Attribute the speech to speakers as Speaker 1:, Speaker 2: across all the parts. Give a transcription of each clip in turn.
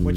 Speaker 1: what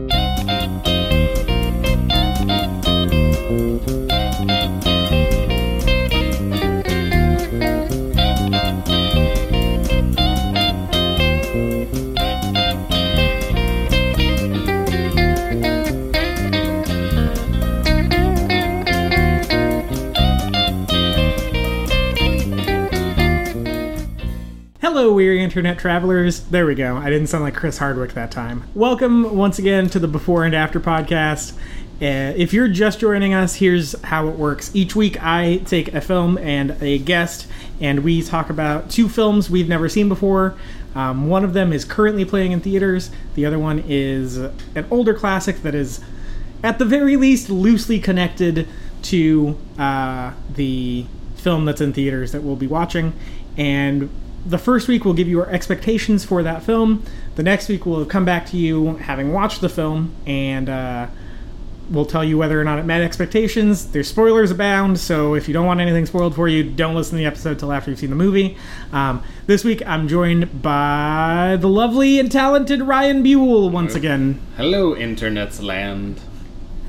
Speaker 1: Hello, weary internet travelers. There we go. I didn't sound like Chris Hardwick that time. Welcome once again to the Before and After podcast. Uh, if you're just joining us, here's how it works. Each week, I take a film and a guest, and we talk about two films we've never seen before. Um, one of them is currently playing in theaters, the other one is an older classic that is at the very least loosely connected to uh, the film that's in theaters that we'll be watching and the first week we'll give you our expectations for that film the next week we'll come back to you having watched the film and uh, we'll tell you whether or not it met expectations there's spoilers abound so if you don't want anything spoiled for you don't listen to the episode till after you've seen the movie um, this week i'm joined by the lovely and talented ryan buell once again
Speaker 2: Hello, internet's land.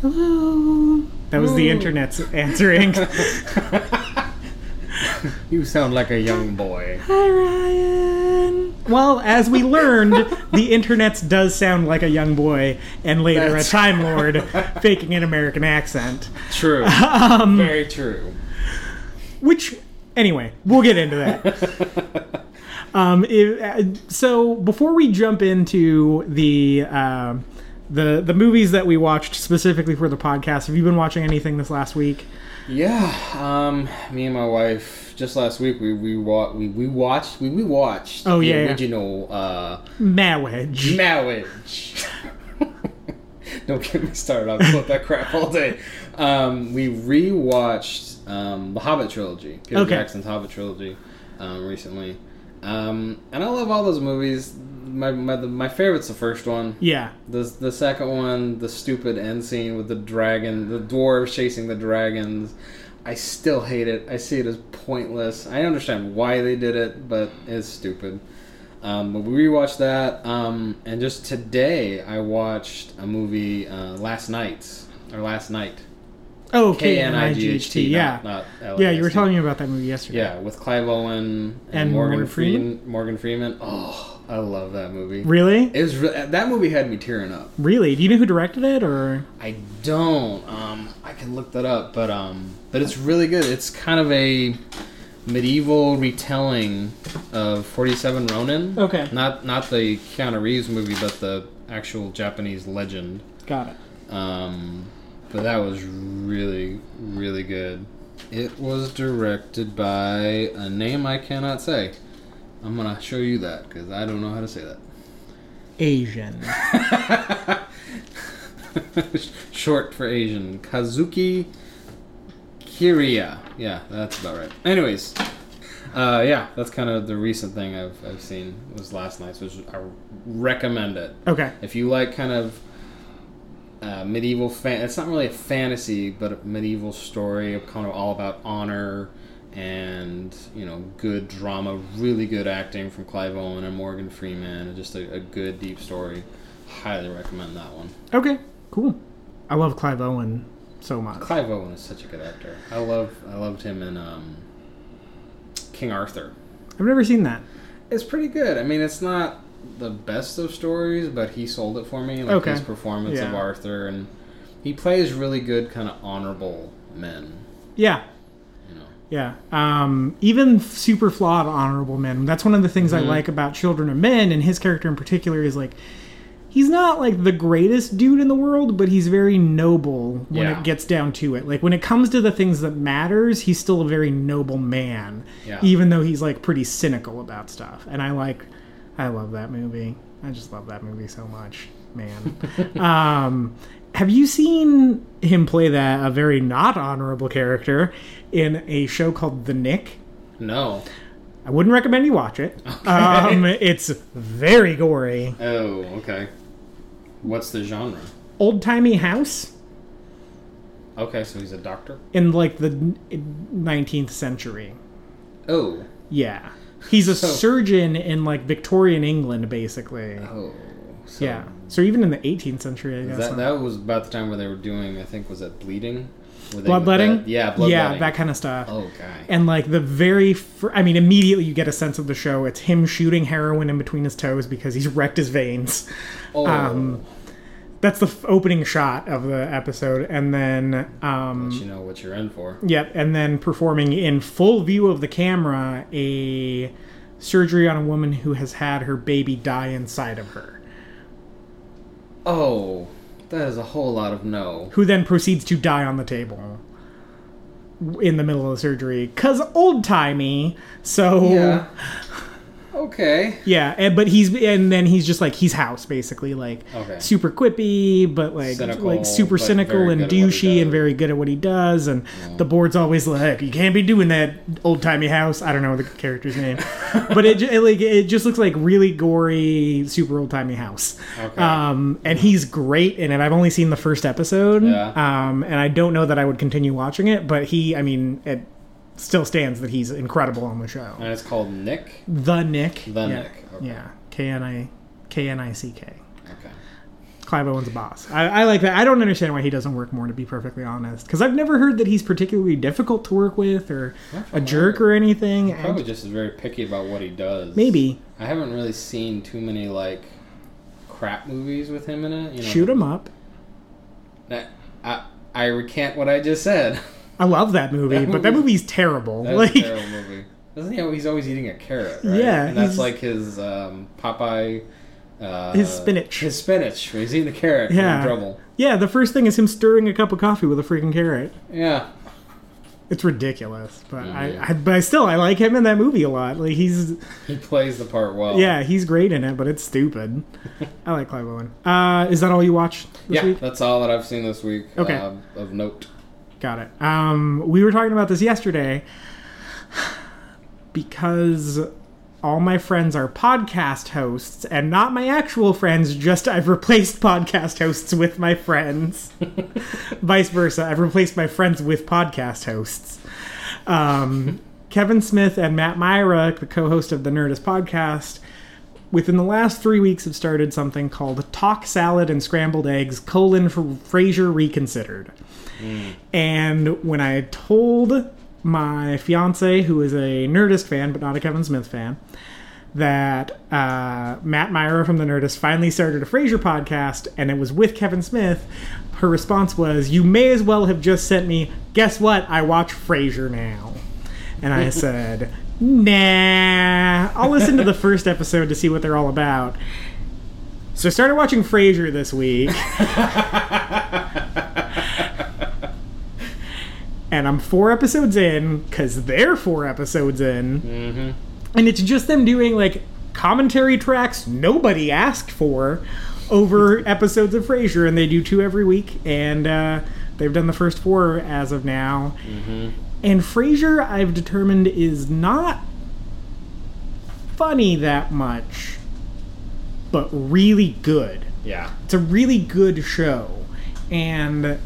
Speaker 1: Hello. That was the internet's answering.
Speaker 2: You sound like a young boy.
Speaker 1: Hi, Ryan. Well, as we learned, the internet's does sound like a young boy and later
Speaker 2: That's-
Speaker 1: a Time Lord faking an American accent.
Speaker 2: True. Very true.
Speaker 1: Which, anyway, we'll get into that. um, if- uh, so before we jump into the um the the movies that we watched specifically for the podcast, have you been watching anything this last week?
Speaker 2: Yeah. Um. Me and my wife just last week we we wa- we, we watched we we watched
Speaker 1: Oh,
Speaker 2: the
Speaker 1: yeah, yeah.
Speaker 2: original uh
Speaker 1: Marriage.
Speaker 2: marriage. Don't get me started. I'll quote that crap all day. Um, we rewatched um, the Hobbit trilogy, Peter
Speaker 1: Okay.
Speaker 2: Jackson's Hobbit trilogy, um, recently, um, and I love all those movies. My my, the, my favorite's the first one.
Speaker 1: Yeah.
Speaker 2: The, the second one, the stupid end scene with the dragon, the dwarves chasing the dragons. I still hate it. I see it as pointless. I understand why they did it, but it's stupid. Um, but we rewatched that, um, and just today I watched a movie uh, last night or last night.
Speaker 1: Oh,
Speaker 2: K N I G H
Speaker 1: K-N-I-G-H-T,
Speaker 2: T.
Speaker 1: Yeah.
Speaker 2: Not, not
Speaker 1: Yeah, you were
Speaker 2: LAST.
Speaker 1: telling me about that movie yesterday.
Speaker 2: Yeah, with Clive Owen and,
Speaker 1: And
Speaker 2: Morgan,
Speaker 1: Morgan Freeman?
Speaker 2: Freeman. Morgan Freeman. Oh, I love that movie.
Speaker 1: Really?
Speaker 2: It was re- that movie had me tearing up.
Speaker 1: Really? Do you know who directed it or
Speaker 2: I don't. Um, I can look that up, but um, but it's really good. It's kind of a medieval retelling of Forty Seven Ronin.
Speaker 1: Okay.
Speaker 2: Not not the Keanu Reeves movie, but the actual Japanese legend.
Speaker 1: Got it.
Speaker 2: Um, but that was really really good. It was directed by a name I cannot say. I'm gonna show you that because I don't know how to say that.
Speaker 1: Asian.
Speaker 2: Short for Asian. Kazuki Kiria. Yeah, that's about right. Anyways, uh, yeah, that's kind of the recent thing I've, I've seen was last night's, which I recommend it.
Speaker 1: Okay.
Speaker 2: If you like kind of uh, medieval fan, it's not really a fantasy, but a medieval story of kind of all about honor and you know good drama, really good acting from Clive Owen and Morgan Freeman, and just a, a good deep story. Highly recommend that one.
Speaker 1: Okay. Cool. I love Clive Owen so much.
Speaker 2: Clive Owen is such a good actor. I love I loved him in um, King Arthur.
Speaker 1: I've never seen that.
Speaker 2: It's pretty good. I mean, it's not the best of stories, but he sold it for me. Like
Speaker 1: Okay.
Speaker 2: his performance of
Speaker 1: Yeah.
Speaker 2: Arthur, and he plays really good, kind of honorable men.
Speaker 1: Yeah.
Speaker 2: You know,
Speaker 1: Yeah. Um, even super flawed honorable men. That's one of the things
Speaker 2: Mm-hmm.
Speaker 1: I like about Children of Men and his character in particular is like he's not like the greatest dude in the world, but he's very noble when
Speaker 2: Yeah.
Speaker 1: it gets down to it. Like when it comes to the things that matters, he's still a very noble man.
Speaker 2: Yeah.
Speaker 1: Even though he's like pretty cynical about stuff. And I like I love that movie. I just love that movie so much, man. um have you seen him play that a very not honorable character in a show called The Nick?
Speaker 2: no,
Speaker 1: I wouldn't recommend you watch it. Um, it's very gory.
Speaker 2: oh, okay. What's the genre?
Speaker 1: Old timey house.
Speaker 2: Okay, so he's a doctor.
Speaker 1: in like the 19th century.
Speaker 2: Oh.
Speaker 1: Yeah. He's a
Speaker 2: So-
Speaker 1: surgeon in like Victorian England, basically.
Speaker 2: Oh. So
Speaker 1: yeah. So even in the 18th century, I guess.
Speaker 2: That
Speaker 1: huh?
Speaker 2: that was about the time where they were doing. I think was that bleeding. Were they-
Speaker 1: bloodletting?
Speaker 2: that- yeah, bloodletting.
Speaker 1: Yeah, that kind of stuff.
Speaker 2: Oh, guy.
Speaker 1: And like the very, fir- I mean, immediately you get a sense of the show. It's him shooting heroin in between his toes because he's wrecked his veins.
Speaker 2: oh,
Speaker 1: um, That's the f- opening shot of the episode, and then um,
Speaker 2: but you know what you're in for.
Speaker 1: Yep, and then performing in full view of the camera a surgery on a woman who has had her baby die inside of her,
Speaker 2: Oh, that is a whole lot of no.
Speaker 1: who then proceeds to die on the table in the middle of the surgery because old timey. So
Speaker 2: Yeah. Okay.
Speaker 1: yeah, and, but he's and then he's just like he's house basically like
Speaker 2: Okay.
Speaker 1: super quippy, but like
Speaker 2: Cynical,
Speaker 1: like super
Speaker 2: but
Speaker 1: cynical
Speaker 2: very
Speaker 1: and
Speaker 2: good at what he
Speaker 1: douchey and
Speaker 2: does.
Speaker 1: very good at what he does. And the board's always like, "You can't be doing that old timey house." I don't know the character's name, but it, ju- it like it just looks like really gory, super old timey house.
Speaker 2: Okay.
Speaker 1: Um, and he's great in it. I've only seen the first episode.
Speaker 2: Yeah.
Speaker 1: Um, and I don't know that I would continue watching it, but he, I mean, it still stands that he's incredible on the show.
Speaker 2: and it's called Nick.
Speaker 1: The Nick.
Speaker 2: The
Speaker 1: yeah.
Speaker 2: Nick, okay.
Speaker 1: Yeah. K N I K N I C K.
Speaker 2: Okay.
Speaker 1: Clive Owen's a boss. I, I like that. I don't understand why he doesn't work more, to be perfectly honest. Because I've never heard that he's particularly difficult to work with or a jerk or anything. and-
Speaker 2: Probably just is very picky about what he does.
Speaker 1: maybe
Speaker 2: I haven't really seen too many like crap movies with him in it. You know,
Speaker 1: shoot him up.
Speaker 2: That, I I recant what I just said.
Speaker 1: I love that movie,
Speaker 2: That
Speaker 1: but that
Speaker 2: movie-
Speaker 1: movie's terrible.
Speaker 2: That's
Speaker 1: like,
Speaker 2: a terrible movie. Doesn't he? al- He's always eating a carrot, right?
Speaker 1: Yeah,
Speaker 2: and that's
Speaker 1: he's-
Speaker 2: like his um, Popeye. Uh,
Speaker 1: His spinach.
Speaker 2: His spinach. where He's eating the carrot. Yeah.
Speaker 1: yeah,
Speaker 2: In trouble.
Speaker 1: yeah. The first thing is him stirring a cup of coffee with a freaking carrot.
Speaker 2: Yeah.
Speaker 1: It's ridiculous, but
Speaker 2: Mhm.
Speaker 1: I, I, but I still I like him in that movie a lot. Like he's
Speaker 2: He plays the part well.
Speaker 1: yeah, he's great in it, but it's stupid. I like Clive Owen. Uh, is that all you watched this
Speaker 2: Yeah,
Speaker 1: week?
Speaker 2: that's all that I've seen this week.
Speaker 1: Okay.
Speaker 2: Uh, of note.
Speaker 1: Got it. Um, we were talking about this yesterday because all my friends are podcast hosts and not my actual friends, just I've replaced podcast hosts with my friends. Vice versa, I've replaced my friends with podcast hosts. Um, Kevin Smith and Matt Myra, the co host of the Nerdist podcast, within the last three weeks have started something called Talk Salad and Scrambled Eggs, colon, Fra- Frasier Reconsidered. And when I told my fiance, who is a Nerdist fan but not a Kevin Smith fan, that uh, Matt Myra from the Nerdist finally started a Frasier podcast, and it was with Kevin Smith. Her response was, "You may as well have just sent me. Guess what? I watch Frasier now." And I said, "Nah, I'll listen to the first episode to see what they're all about." So I started watching Frasier this week. and I'm four episodes in because they're four episodes in, and it's just them doing like commentary tracks nobody asked for over episodes of Frasier, and they do two every week, and uh, they've done the first four as of now. And Frasier, I've determined, is not funny that much, but really good
Speaker 2: Yeah.
Speaker 1: it's a really good show and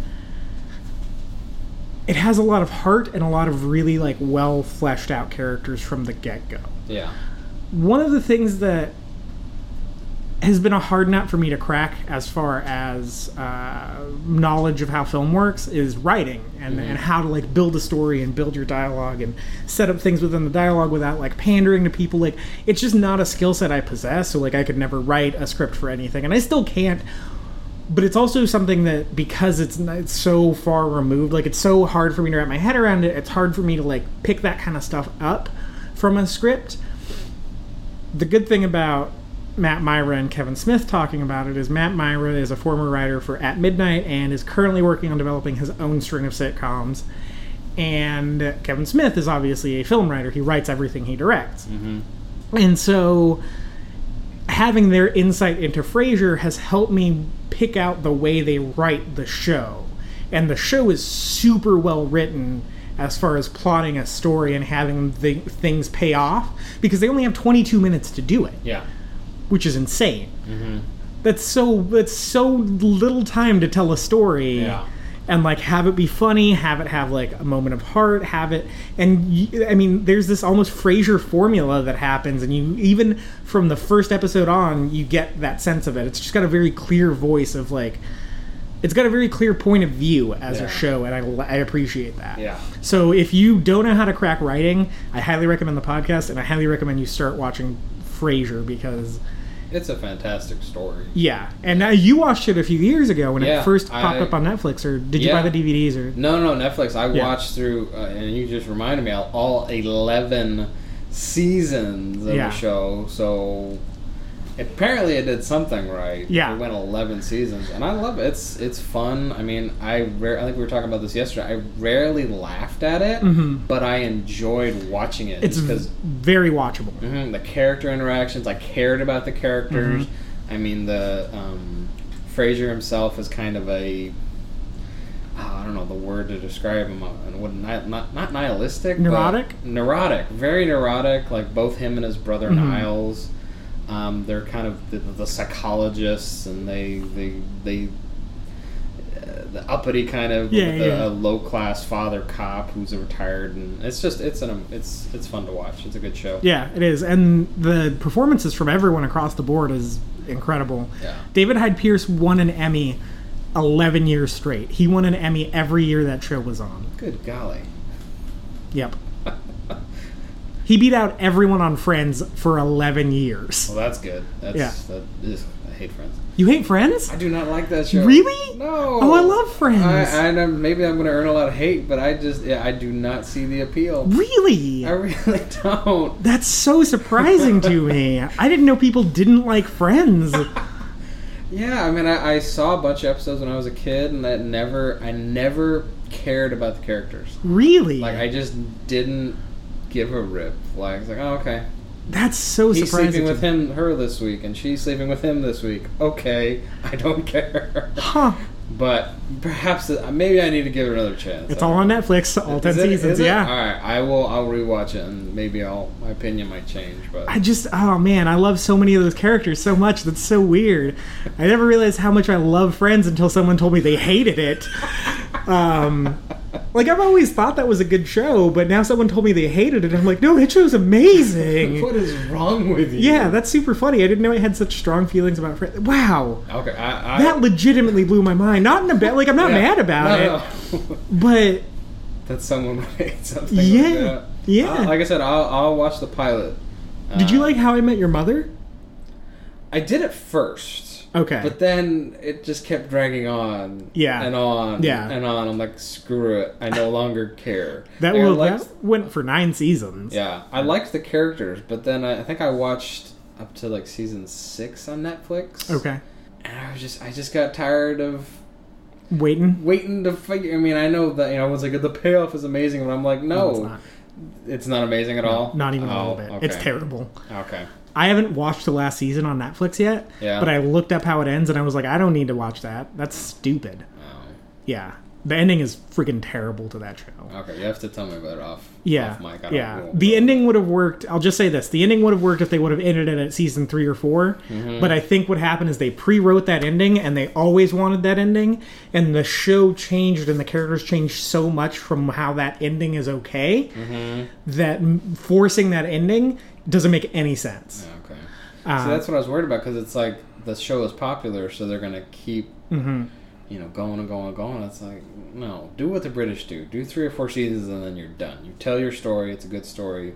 Speaker 1: it has a lot of heart and a lot of really like well fleshed out characters from the get go
Speaker 2: Yeah.
Speaker 1: one of the things that has been a hard nut for me to crack as far as uh, knowledge of how film works is writing and, and how to like build a story and build your dialogue and set up things within the dialogue without like pandering to people like it's just not a skill set i possess so like i could never write a script for anything and i still can't but it's also something that because it's n- it's so far removed like it's so hard for me to wrap my head around it it's hard for me to like pick that kind of stuff up from a script the good thing about Matt Myra and Kevin Smith talking about it is Matt Myra is a former writer for At Midnight and is currently working on developing his own string of sitcoms. And Kevin Smith is obviously a film writer. He writes everything he directs. And so having their insight into Frasier has helped me pick out the way they write the show. And the show is super well written as far as plotting a story and having the things pay off because they only have 22 minutes to do it,
Speaker 2: Yeah.
Speaker 1: which is
Speaker 2: Mm-hmm.
Speaker 1: insane. That's so that's so little time to tell a story.
Speaker 2: Yeah.
Speaker 1: and like have it be funny, have it have like a moment of heart, have it, and you, I mean, there's this almost Frasier formula that happens, and you even from the first episode on, you get that sense of it. It's just got a very clear voice of like, it's got a very clear point of view as
Speaker 2: Yeah.
Speaker 1: a show, and I, I appreciate that.
Speaker 2: Yeah.
Speaker 1: So if you don't know how to crack writing, I highly recommend the podcast, and I highly recommend you start watching Frasier because.
Speaker 2: It's a fantastic story.
Speaker 1: Yeah, and now you watched it a few years ago when
Speaker 2: Yeah,
Speaker 1: it first popped
Speaker 2: I-
Speaker 1: up on Netflix, or did
Speaker 2: Yeah.
Speaker 1: you buy the DVDs? Or
Speaker 2: No, no, Netflix. I
Speaker 1: Yeah.
Speaker 2: watched through, uh, and you just reminded me, all- all 11 seasons of
Speaker 1: Yeah.
Speaker 2: the show. So apparently, it did something right.
Speaker 1: Yeah.
Speaker 2: it went 11 seasons, and I love it. It's it's fun. I mean, I rare, I think we were talking about this yesterday. I rarely laughed at it,
Speaker 1: Mhm.
Speaker 2: but I enjoyed watching it.
Speaker 1: it's
Speaker 2: just 'cause-
Speaker 1: very watchable.
Speaker 2: hmm the character interactions. I cared about the characters.
Speaker 1: Mm-hmm.
Speaker 2: I mean, the um, Fraser himself is kind of a ah, I don't know the word to describe him. uh, What not not, not nihilistic, but
Speaker 1: Neurotic?
Speaker 2: neurotic, very neurotic. Like both him and his brother
Speaker 1: Mhm.
Speaker 2: Niles, um, they're kind of the, the psychologists, and they they they. uh, The uppity kind of
Speaker 1: Yeah,
Speaker 2: with a-
Speaker 1: yeah.
Speaker 2: a low class father cop who's retired, and it's just it's an it's it's fun to watch. It's a good show.
Speaker 1: Yeah, it is, and the performances from everyone across the board is incredible.
Speaker 2: Yeah.
Speaker 1: David Hyde Pierce won an Emmy eleven years straight. He won an Emmy every year that show was on.
Speaker 2: Good golly.
Speaker 1: Yep,
Speaker 2: well,
Speaker 1: he beat out everyone on Friends for eleven years.
Speaker 2: that's good. That's, That is, I hate Friends.
Speaker 1: You hate Friends?
Speaker 2: I do not like that show.
Speaker 1: Really?
Speaker 2: No.
Speaker 1: Oh, I love Friends.
Speaker 2: I, I know- maybe I'm going to earn a lot of hate, but I just yeah, I do not see the appeal.
Speaker 1: Really?
Speaker 2: I really don't.
Speaker 1: That's so surprising to me. I didn't know people didn't like Friends.
Speaker 2: Yeah, I mean, I, I saw a bunch of episodes when I was a kid, and that never, I never cared about the characters.
Speaker 1: Really?
Speaker 2: Like, I just didn't give a rip. Like, it's like, oh, okay,
Speaker 1: That's so
Speaker 2: he's
Speaker 1: surprising.
Speaker 2: sleeping
Speaker 1: to
Speaker 2: with
Speaker 1: me.
Speaker 2: him, her this week, and she's sleeping with him this week. Okay, I don't care.
Speaker 1: Huh.
Speaker 2: But perhaps it- maybe I need to give it another chance.
Speaker 1: It's all on Netflix, all ten
Speaker 2: Is it-
Speaker 1: seasons.
Speaker 2: is it?
Speaker 1: Yeah.
Speaker 2: All right, I will. I'll rewatch it, and maybe I'll. My opinion might change, but
Speaker 1: I just, oh man, I love so many of those characters so much. That's so weird. I never realized how much I love Friends until someone told me they hated it. Um, like I've always thought that was a good show, but now someone told me they hated it. I'm like, no, that show's amazing.
Speaker 2: what is wrong with you?
Speaker 1: yeah, that's super funny. I didn't know I had such strong feelings about Friends. Wow.
Speaker 2: okay. I, I,
Speaker 1: That legitimately blew my mind. Not in a bad, like I'm not
Speaker 2: yeah.
Speaker 1: mad about
Speaker 2: No,
Speaker 1: it,
Speaker 2: no.
Speaker 1: but
Speaker 2: that someone would hate something.
Speaker 1: Yeah,
Speaker 2: Like that.
Speaker 1: yeah.
Speaker 2: Uh, like I said, I'll, I'll watch the pilot.
Speaker 1: did you
Speaker 2: Uh,
Speaker 1: like How I Met Your Mother?
Speaker 2: I did it first.
Speaker 1: Okay.
Speaker 2: But then it just kept dragging on.
Speaker 1: Yeah.
Speaker 2: And on.
Speaker 1: Yeah.
Speaker 2: And on. I'm like, screw it. I no longer care.
Speaker 1: That
Speaker 2: Like, I
Speaker 1: will
Speaker 2: liked-
Speaker 1: that went for nine seasons.
Speaker 2: Yeah. I liked the characters, but then I, I think I watched up to like season six on Netflix.
Speaker 1: Okay.
Speaker 2: And I was just, I just got tired of
Speaker 1: Waiting.
Speaker 2: waiting to figure. I mean, I know that, you know, everyone's like, the payoff is amazing, but I'm like, no.
Speaker 1: it's not.
Speaker 2: It's not amazing at all.
Speaker 1: Not even a
Speaker 2: Oh,
Speaker 1: little bit.
Speaker 2: okay.
Speaker 1: It's terrible.
Speaker 2: Okay.
Speaker 1: I haven't watched the last season on Netflix yet.
Speaker 2: Yeah.
Speaker 1: But I looked up how it ends, and I was like, I don't need to watch that. That's stupid.
Speaker 2: Oh.
Speaker 1: Yeah. The ending is freaking terrible to that show.
Speaker 2: Okay. You have to tell me about it off.
Speaker 1: Yeah.
Speaker 2: Off mic. I don't
Speaker 1: yeah.
Speaker 2: know.
Speaker 1: The ending would have worked. I'll just say this. The ending would have worked if they would have ended it at season three or 4
Speaker 2: Mm-hmm.
Speaker 1: But I think what happened is they pre wrote that ending and they always wanted that ending. And the show changed and the characters changed so much from how that ending is okay
Speaker 2: Mm-hmm.
Speaker 1: that m- forcing that ending doesn't make any sense.
Speaker 2: Okay.
Speaker 1: Uh,
Speaker 2: so that's what I was worried about because it's like the show is popular, so they're gonna keep,
Speaker 1: Mm-hmm.
Speaker 2: you know, going and going and going. It's like no, do what the British do. Do three or four seasons and then you're done. You tell your story. It's a good story.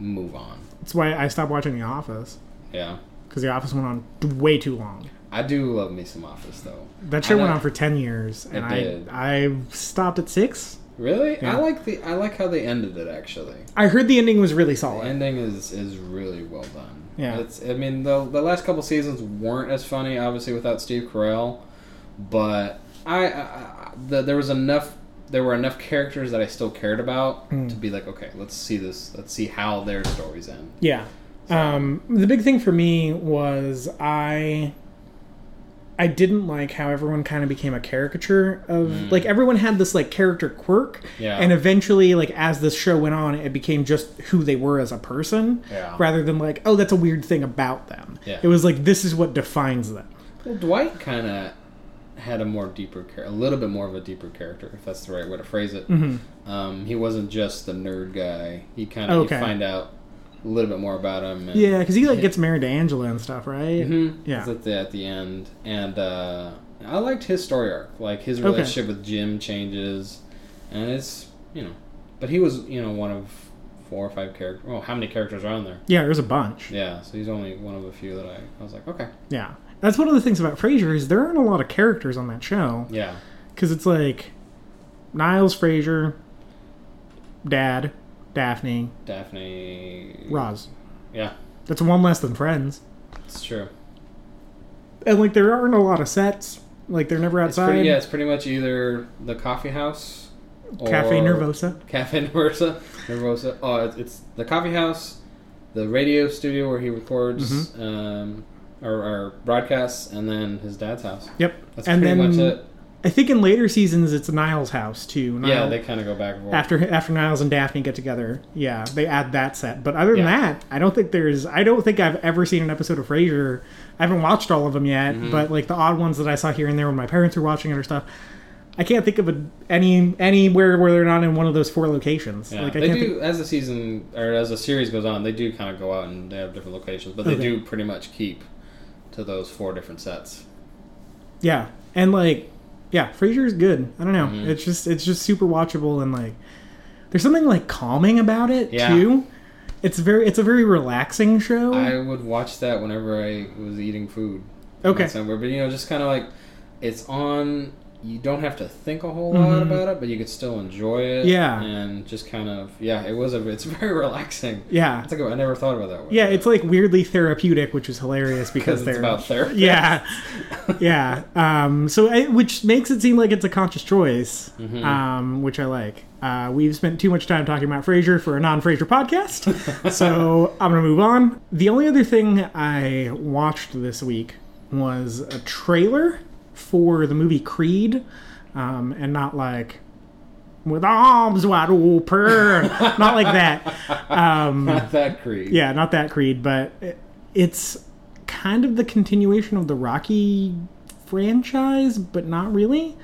Speaker 2: Move on.
Speaker 1: That's why I stopped watching The Office
Speaker 2: Yeah,
Speaker 1: because The Office went on way too long.
Speaker 2: I do love me some Office though.
Speaker 1: That
Speaker 2: I
Speaker 1: show went
Speaker 2: know-
Speaker 1: on for 10 years. And
Speaker 2: did.
Speaker 1: I, I stopped at six.
Speaker 2: Really,
Speaker 1: Yeah.
Speaker 2: I like the I like how they ended it actually.
Speaker 1: I heard the ending was really
Speaker 2: The
Speaker 1: solid.
Speaker 2: ending is is really well done.
Speaker 1: Yeah.
Speaker 2: it's. I mean, the the last couple seasons weren't as funny, obviously, without Steve Carell, but I, I, I the, there was enough. There were enough characters that I still cared about
Speaker 1: Hmm.
Speaker 2: to be like, okay, let's see this. Let's see how their stories end.
Speaker 1: Yeah. Um, the big thing for me was I I didn't like how everyone kind of became a caricature of like everyone had this like character quirk
Speaker 2: Yeah.
Speaker 1: and eventually like as this show went on it became just who they were as a person
Speaker 2: Yeah.
Speaker 1: rather than like oh that's a weird thing about them.
Speaker 2: Yeah.
Speaker 1: It was like this is what defines them.
Speaker 2: Well, Dwight kind of had a more deeper char- a little bit more of a deeper character, if that's the right way to phrase it.
Speaker 1: Mhm.
Speaker 2: Um, he wasn't just the nerd guy. He kind of
Speaker 1: Okay.
Speaker 2: you find out a little bit more about him. And,
Speaker 1: Yeah, because he like gets married to Angela and stuff, right?
Speaker 2: Mhm.
Speaker 1: Yeah.
Speaker 2: It's at the, at the end, and uh, I liked his story arc. Like his
Speaker 1: Okay.
Speaker 2: relationship with Jim changes, and it's you know, but he was you know one of four or five characters. Well, how many characters are on there?
Speaker 1: Yeah, there's a bunch. Yeah.
Speaker 2: Yeah, so he's only one of a few that I, I was like, okay,
Speaker 1: that's one of the things about Frasier is there aren't a lot of characters on that show
Speaker 2: yeah,
Speaker 1: because it's like Niles Frasier, Dad, Daphne,
Speaker 2: Daphne.
Speaker 1: Roz.
Speaker 2: Yeah,
Speaker 1: That's one less than Friends,
Speaker 2: it's true.
Speaker 1: and like there aren't a lot of sets. Like they're never
Speaker 2: It's
Speaker 1: outside.
Speaker 2: pretty, yeah, it's pretty much either the coffee house, or
Speaker 1: Cafe Nervosa.
Speaker 2: Cafe Nervosa, Nervosa. Oh, it's, it's the coffee house, the radio studio where he records
Speaker 1: Mm-hmm.
Speaker 2: um, or, or broadcasts, and then his dad's house.
Speaker 1: Yep.
Speaker 2: That's
Speaker 1: and
Speaker 2: pretty
Speaker 1: then
Speaker 2: much it.
Speaker 1: I think in later seasons it's Niles' house too.
Speaker 2: Yeah,
Speaker 1: Niles-
Speaker 2: they kind of go back and forth.
Speaker 1: after after Niles and Daphne get together, yeah, they add that set. But other than
Speaker 2: Yeah.
Speaker 1: that, I don't think there's. I don't think I've ever seen an episode of Frasier. I haven't watched all of them yet,
Speaker 2: Mm-hmm.
Speaker 1: but like the odd ones that I saw here and there when my parents were watching it or stuff. I can't think of a, any anywhere where they're not in one of those four locations.
Speaker 2: Yeah,
Speaker 1: Like I
Speaker 2: they
Speaker 1: can't
Speaker 2: do
Speaker 1: think,
Speaker 2: as the season or as the series goes on, they do kind of go out and they have different locations, but they
Speaker 1: Okay.
Speaker 2: do pretty much keep to those four different sets.
Speaker 1: yeah, and like yeah, Frasier's good. I don't know.
Speaker 2: Mm-hmm.
Speaker 1: It's just it's just super watchable and like there's something like calming about it
Speaker 2: Yeah.
Speaker 1: too. It's very it's a very relaxing show.
Speaker 2: I would watch that whenever I was eating food.
Speaker 1: Oh. Okay.
Speaker 2: Somewhere, but you know, just kind of like it's on. You don't have to think a whole lot about it, but you could still enjoy it.
Speaker 1: Mm-hmm. Yeah.
Speaker 2: And just kind of yeah, it was a. It's very relaxing.
Speaker 1: yeah,
Speaker 2: It's like I never thought about that. Way.
Speaker 1: Yeah, it's like weirdly therapeutic, which is hilarious because
Speaker 2: because
Speaker 1: they're
Speaker 2: it's about therapy.
Speaker 1: yeah, yeah. Um, so I, which makes it seem like it's a conscious choice,
Speaker 2: Mm-hmm.
Speaker 1: um, which I like. Uh, we've spent too much time talking about Frasier for a non-Frasier podcast, so I'm gonna move on. The only other thing I watched this week was a trailer for the movie Creed, um, and not like with arms wide open, not like that. Um,
Speaker 2: Not that creep.
Speaker 1: Yeah, not that Creed, but it- it's kind of the continuation of the Rocky franchise, but not really.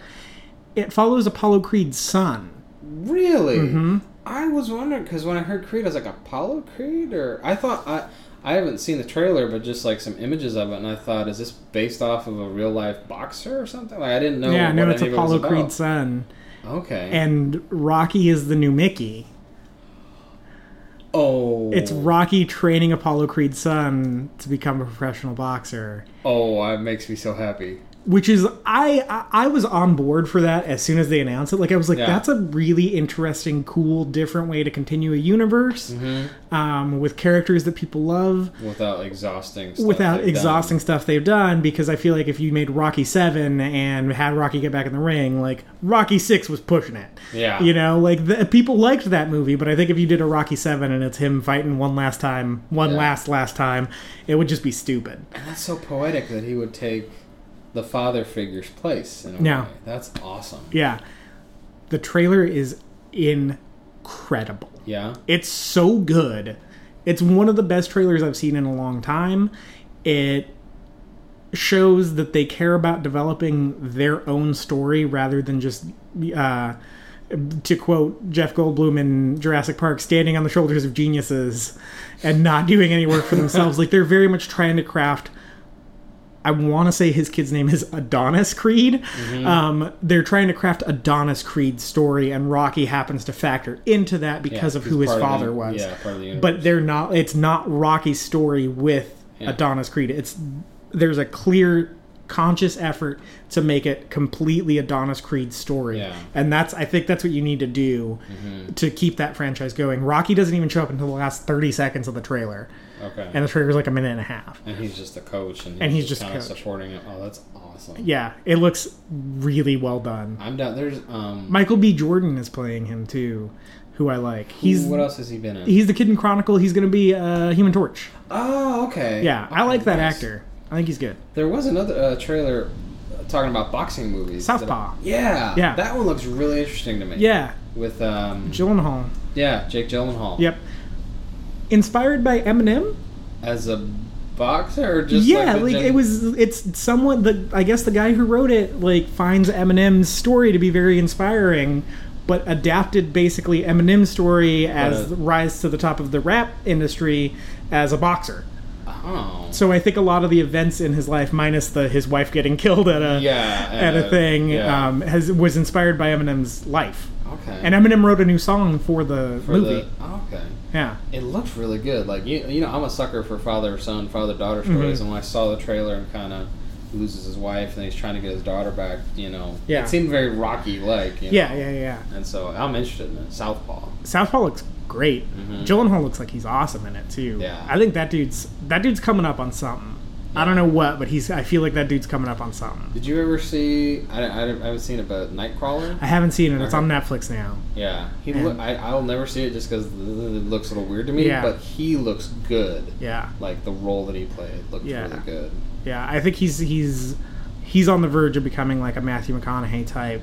Speaker 1: It follows Apollo Creed's son.
Speaker 2: Really?
Speaker 1: Mm-hmm.
Speaker 2: I was wondering because when I heard Creed, I was like Apollo Creed, or I thought I I haven't seen the trailer, but just like some images of it, and I thought, is this based off of a real life boxer or something? Like I didn't know.
Speaker 1: yeah,
Speaker 2: Oh, what
Speaker 1: no, it's
Speaker 2: any of it was
Speaker 1: Apollo
Speaker 2: about.
Speaker 1: Creed's son,
Speaker 2: Okay.
Speaker 1: and Rocky is the new Mickey.
Speaker 2: oh,
Speaker 1: It's Rocky training Apollo Creed's son to become a professional boxer.
Speaker 2: oh, it makes me so happy.
Speaker 1: which is I, I I was on board for that as soon as they announced it. Like I was like,
Speaker 2: Yeah.
Speaker 1: that's a really interesting, cool, different way to continue a universe
Speaker 2: Mm-hmm.
Speaker 1: um, with characters that people love
Speaker 2: Without exhausting. Stuff
Speaker 1: without
Speaker 2: they've done.
Speaker 1: exhausting stuff they've done. Because I feel like if you made Rocky Seven and had Rocky get back in the ring, like Rocky Six was pushing it.
Speaker 2: Yeah.
Speaker 1: You know, like the, people liked that movie, but I think if you did a Rocky Seven and it's him fighting one last time, one
Speaker 2: Yeah.
Speaker 1: last last time, it would just be stupid.
Speaker 2: That's so poetic that he would take the father figure's place. In a
Speaker 1: Yeah.
Speaker 2: Way. That's awesome.
Speaker 1: Yeah. The trailer is incredible.
Speaker 2: Yeah.
Speaker 1: It's so good. It's one of the best trailers I've seen in a long time. It shows that they care about developing their own story rather than just, uh, to quote Jeff Goldblum in Jurassic Park, standing on the shoulders of geniuses and not doing any work for themselves. like they're very much trying to craft. I want to say his kid's name is Adonis Creed.
Speaker 2: Mm-hmm.
Speaker 1: Um, they're trying to craft Adonis Creed's story, and Rocky happens to factor into that
Speaker 2: Yeah,
Speaker 1: because of
Speaker 2: he's
Speaker 1: who his
Speaker 2: part of the-
Speaker 1: father was
Speaker 2: Yeah, part of the universe.
Speaker 1: but they're not it's not rocky's story with
Speaker 2: Yeah.
Speaker 1: adonis creed it's there's a clear conscious effort to make it completely adonis creed's story
Speaker 2: Yeah. Mm-hmm.
Speaker 1: and that's i think that's what you need to do to keep that franchise going rocky doesn't even show up until the last 30 seconds of the trailer
Speaker 2: okay.
Speaker 1: and the trailer's like a minute and a half
Speaker 2: And he's just the coach, and he's,
Speaker 1: And he's just
Speaker 2: kind of
Speaker 1: coach.
Speaker 2: supporting him. Oh, that's awesome.
Speaker 1: yeah it looks really well done
Speaker 2: I'm down. There's um.
Speaker 1: michael b jordan is playing him too who i like he's
Speaker 2: what else has he been in?
Speaker 1: he's the kid in chronicle he's gonna be uh human torch
Speaker 2: oh, okay.
Speaker 1: yeah i like that
Speaker 2: nice.
Speaker 1: actor i think he's good
Speaker 2: There was another uh, trailer uh, talking about boxing movies. that-
Speaker 1: Southpaw.
Speaker 2: yeah.
Speaker 1: Yeah.
Speaker 2: That one looks really interesting to me.
Speaker 1: yeah
Speaker 2: With um.
Speaker 1: Gyllenhaal.
Speaker 2: Yeah, Jake Gyllenhaal.
Speaker 1: Yep. Inspired by Eminem?
Speaker 2: As a boxer or just
Speaker 1: yeah,
Speaker 2: like,
Speaker 1: like,
Speaker 2: the gen-
Speaker 1: it was. It's somewhat the. I guess the guy who wrote it like finds Eminem's story to be very inspiring, but adapted basically Eminem's story as
Speaker 2: Right.
Speaker 1: rise to the top of the rap industry as a boxer.
Speaker 2: Oh.
Speaker 1: So I think a lot of the events in his life, minus the his wife getting killed at a
Speaker 2: yeah, uh,
Speaker 1: at a thing,
Speaker 2: yeah.
Speaker 1: um, has was inspired by Eminem's life.
Speaker 2: okay,
Speaker 1: And Eminem wrote a new song for the
Speaker 2: For
Speaker 1: movie.
Speaker 2: the- oh, okay,
Speaker 1: Yeah.
Speaker 2: it looked really good. Like you, you know, I'm a sucker for father son, father daughter
Speaker 1: Mm-hmm.
Speaker 2: stories, and when I saw the trailer and kind of loses his wife and he's trying to get his daughter back, you know,
Speaker 1: Yeah.
Speaker 2: it seemed very Rocky like.
Speaker 1: Yeah, yeah, yeah.
Speaker 2: And so I'm interested in it. Southpaw.
Speaker 1: Southpaw looks great. Gyllenhaal looks like he's awesome in it too.
Speaker 2: Yeah.
Speaker 1: I think that dude's that dude's coming up on something. I don't know what, but he's. I feel like that dude's coming up on something.
Speaker 2: Did you ever see? I, I, I haven't seen it, but Nightcrawler.
Speaker 1: I haven't seen it. It's on Netflix now.
Speaker 2: Yeah, he.
Speaker 1: Yeah.
Speaker 2: Look, I I'll never see it just because it looks a little weird to me.
Speaker 1: Yeah.
Speaker 2: But he looks good.
Speaker 1: Yeah,
Speaker 2: Like the role that he played looked
Speaker 1: Yeah.
Speaker 2: really good.
Speaker 1: yeah. I think he's he's he's on the verge of becoming like a Matthew McConaughey type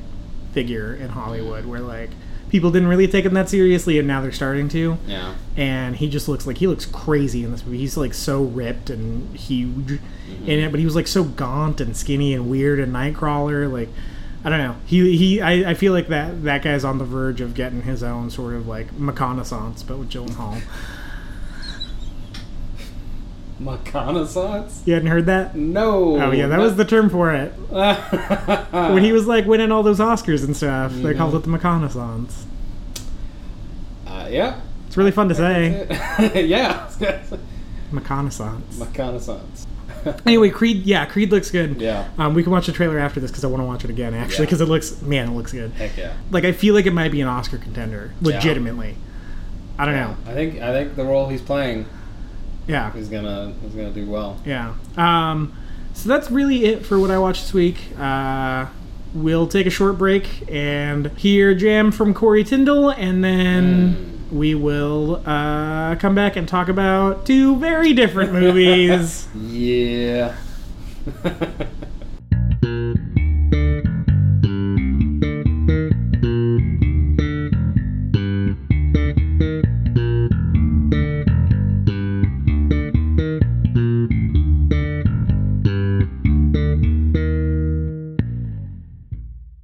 Speaker 1: figure in Hollywood, where like people didn't really take him that seriously, and now they're starting to.
Speaker 2: Yeah.
Speaker 1: and he just looks like he looks crazy in this movie. He's like so ripped and huge
Speaker 2: Mm-hmm.
Speaker 1: in it, but he was like so gaunt and skinny and weird in Nightcrawler. Like I don't know. He he. I, I feel like that that guy's on the verge of getting his own sort of like reconnaissance, but with Gyllenhaal.
Speaker 2: McConnaissance?
Speaker 1: You hadn't heard that?
Speaker 2: No.
Speaker 1: Oh yeah, that was the term for it.
Speaker 2: Uh,
Speaker 1: When he was like winning all those Oscars and stuff, they
Speaker 2: mm-hmm.
Speaker 1: called it the reconnaissance.
Speaker 2: Uh, yeah.
Speaker 1: It's really fun to say
Speaker 2: yeah.
Speaker 1: reconnaissance.
Speaker 2: McConnaissance.
Speaker 1: Anyway, Creed. Yeah, Creed looks good.
Speaker 2: Yeah.
Speaker 1: Um, we can watch the trailer after this because I want to watch it again actually
Speaker 2: Yeah.
Speaker 1: because it looks man, it looks good.
Speaker 2: Heck yeah.
Speaker 1: like I feel like it might be an Oscar contender, legitimately. I don't know.
Speaker 2: I think I think the role he's playing
Speaker 1: Yeah,
Speaker 2: is gonna is gonna do well.
Speaker 1: yeah. Um, so that's really it for what I watched this week. Uh, we'll take a short break and hear jam from Corey Tyndall, and then we will uh, come back and talk about two very different movies.
Speaker 2: Yeah.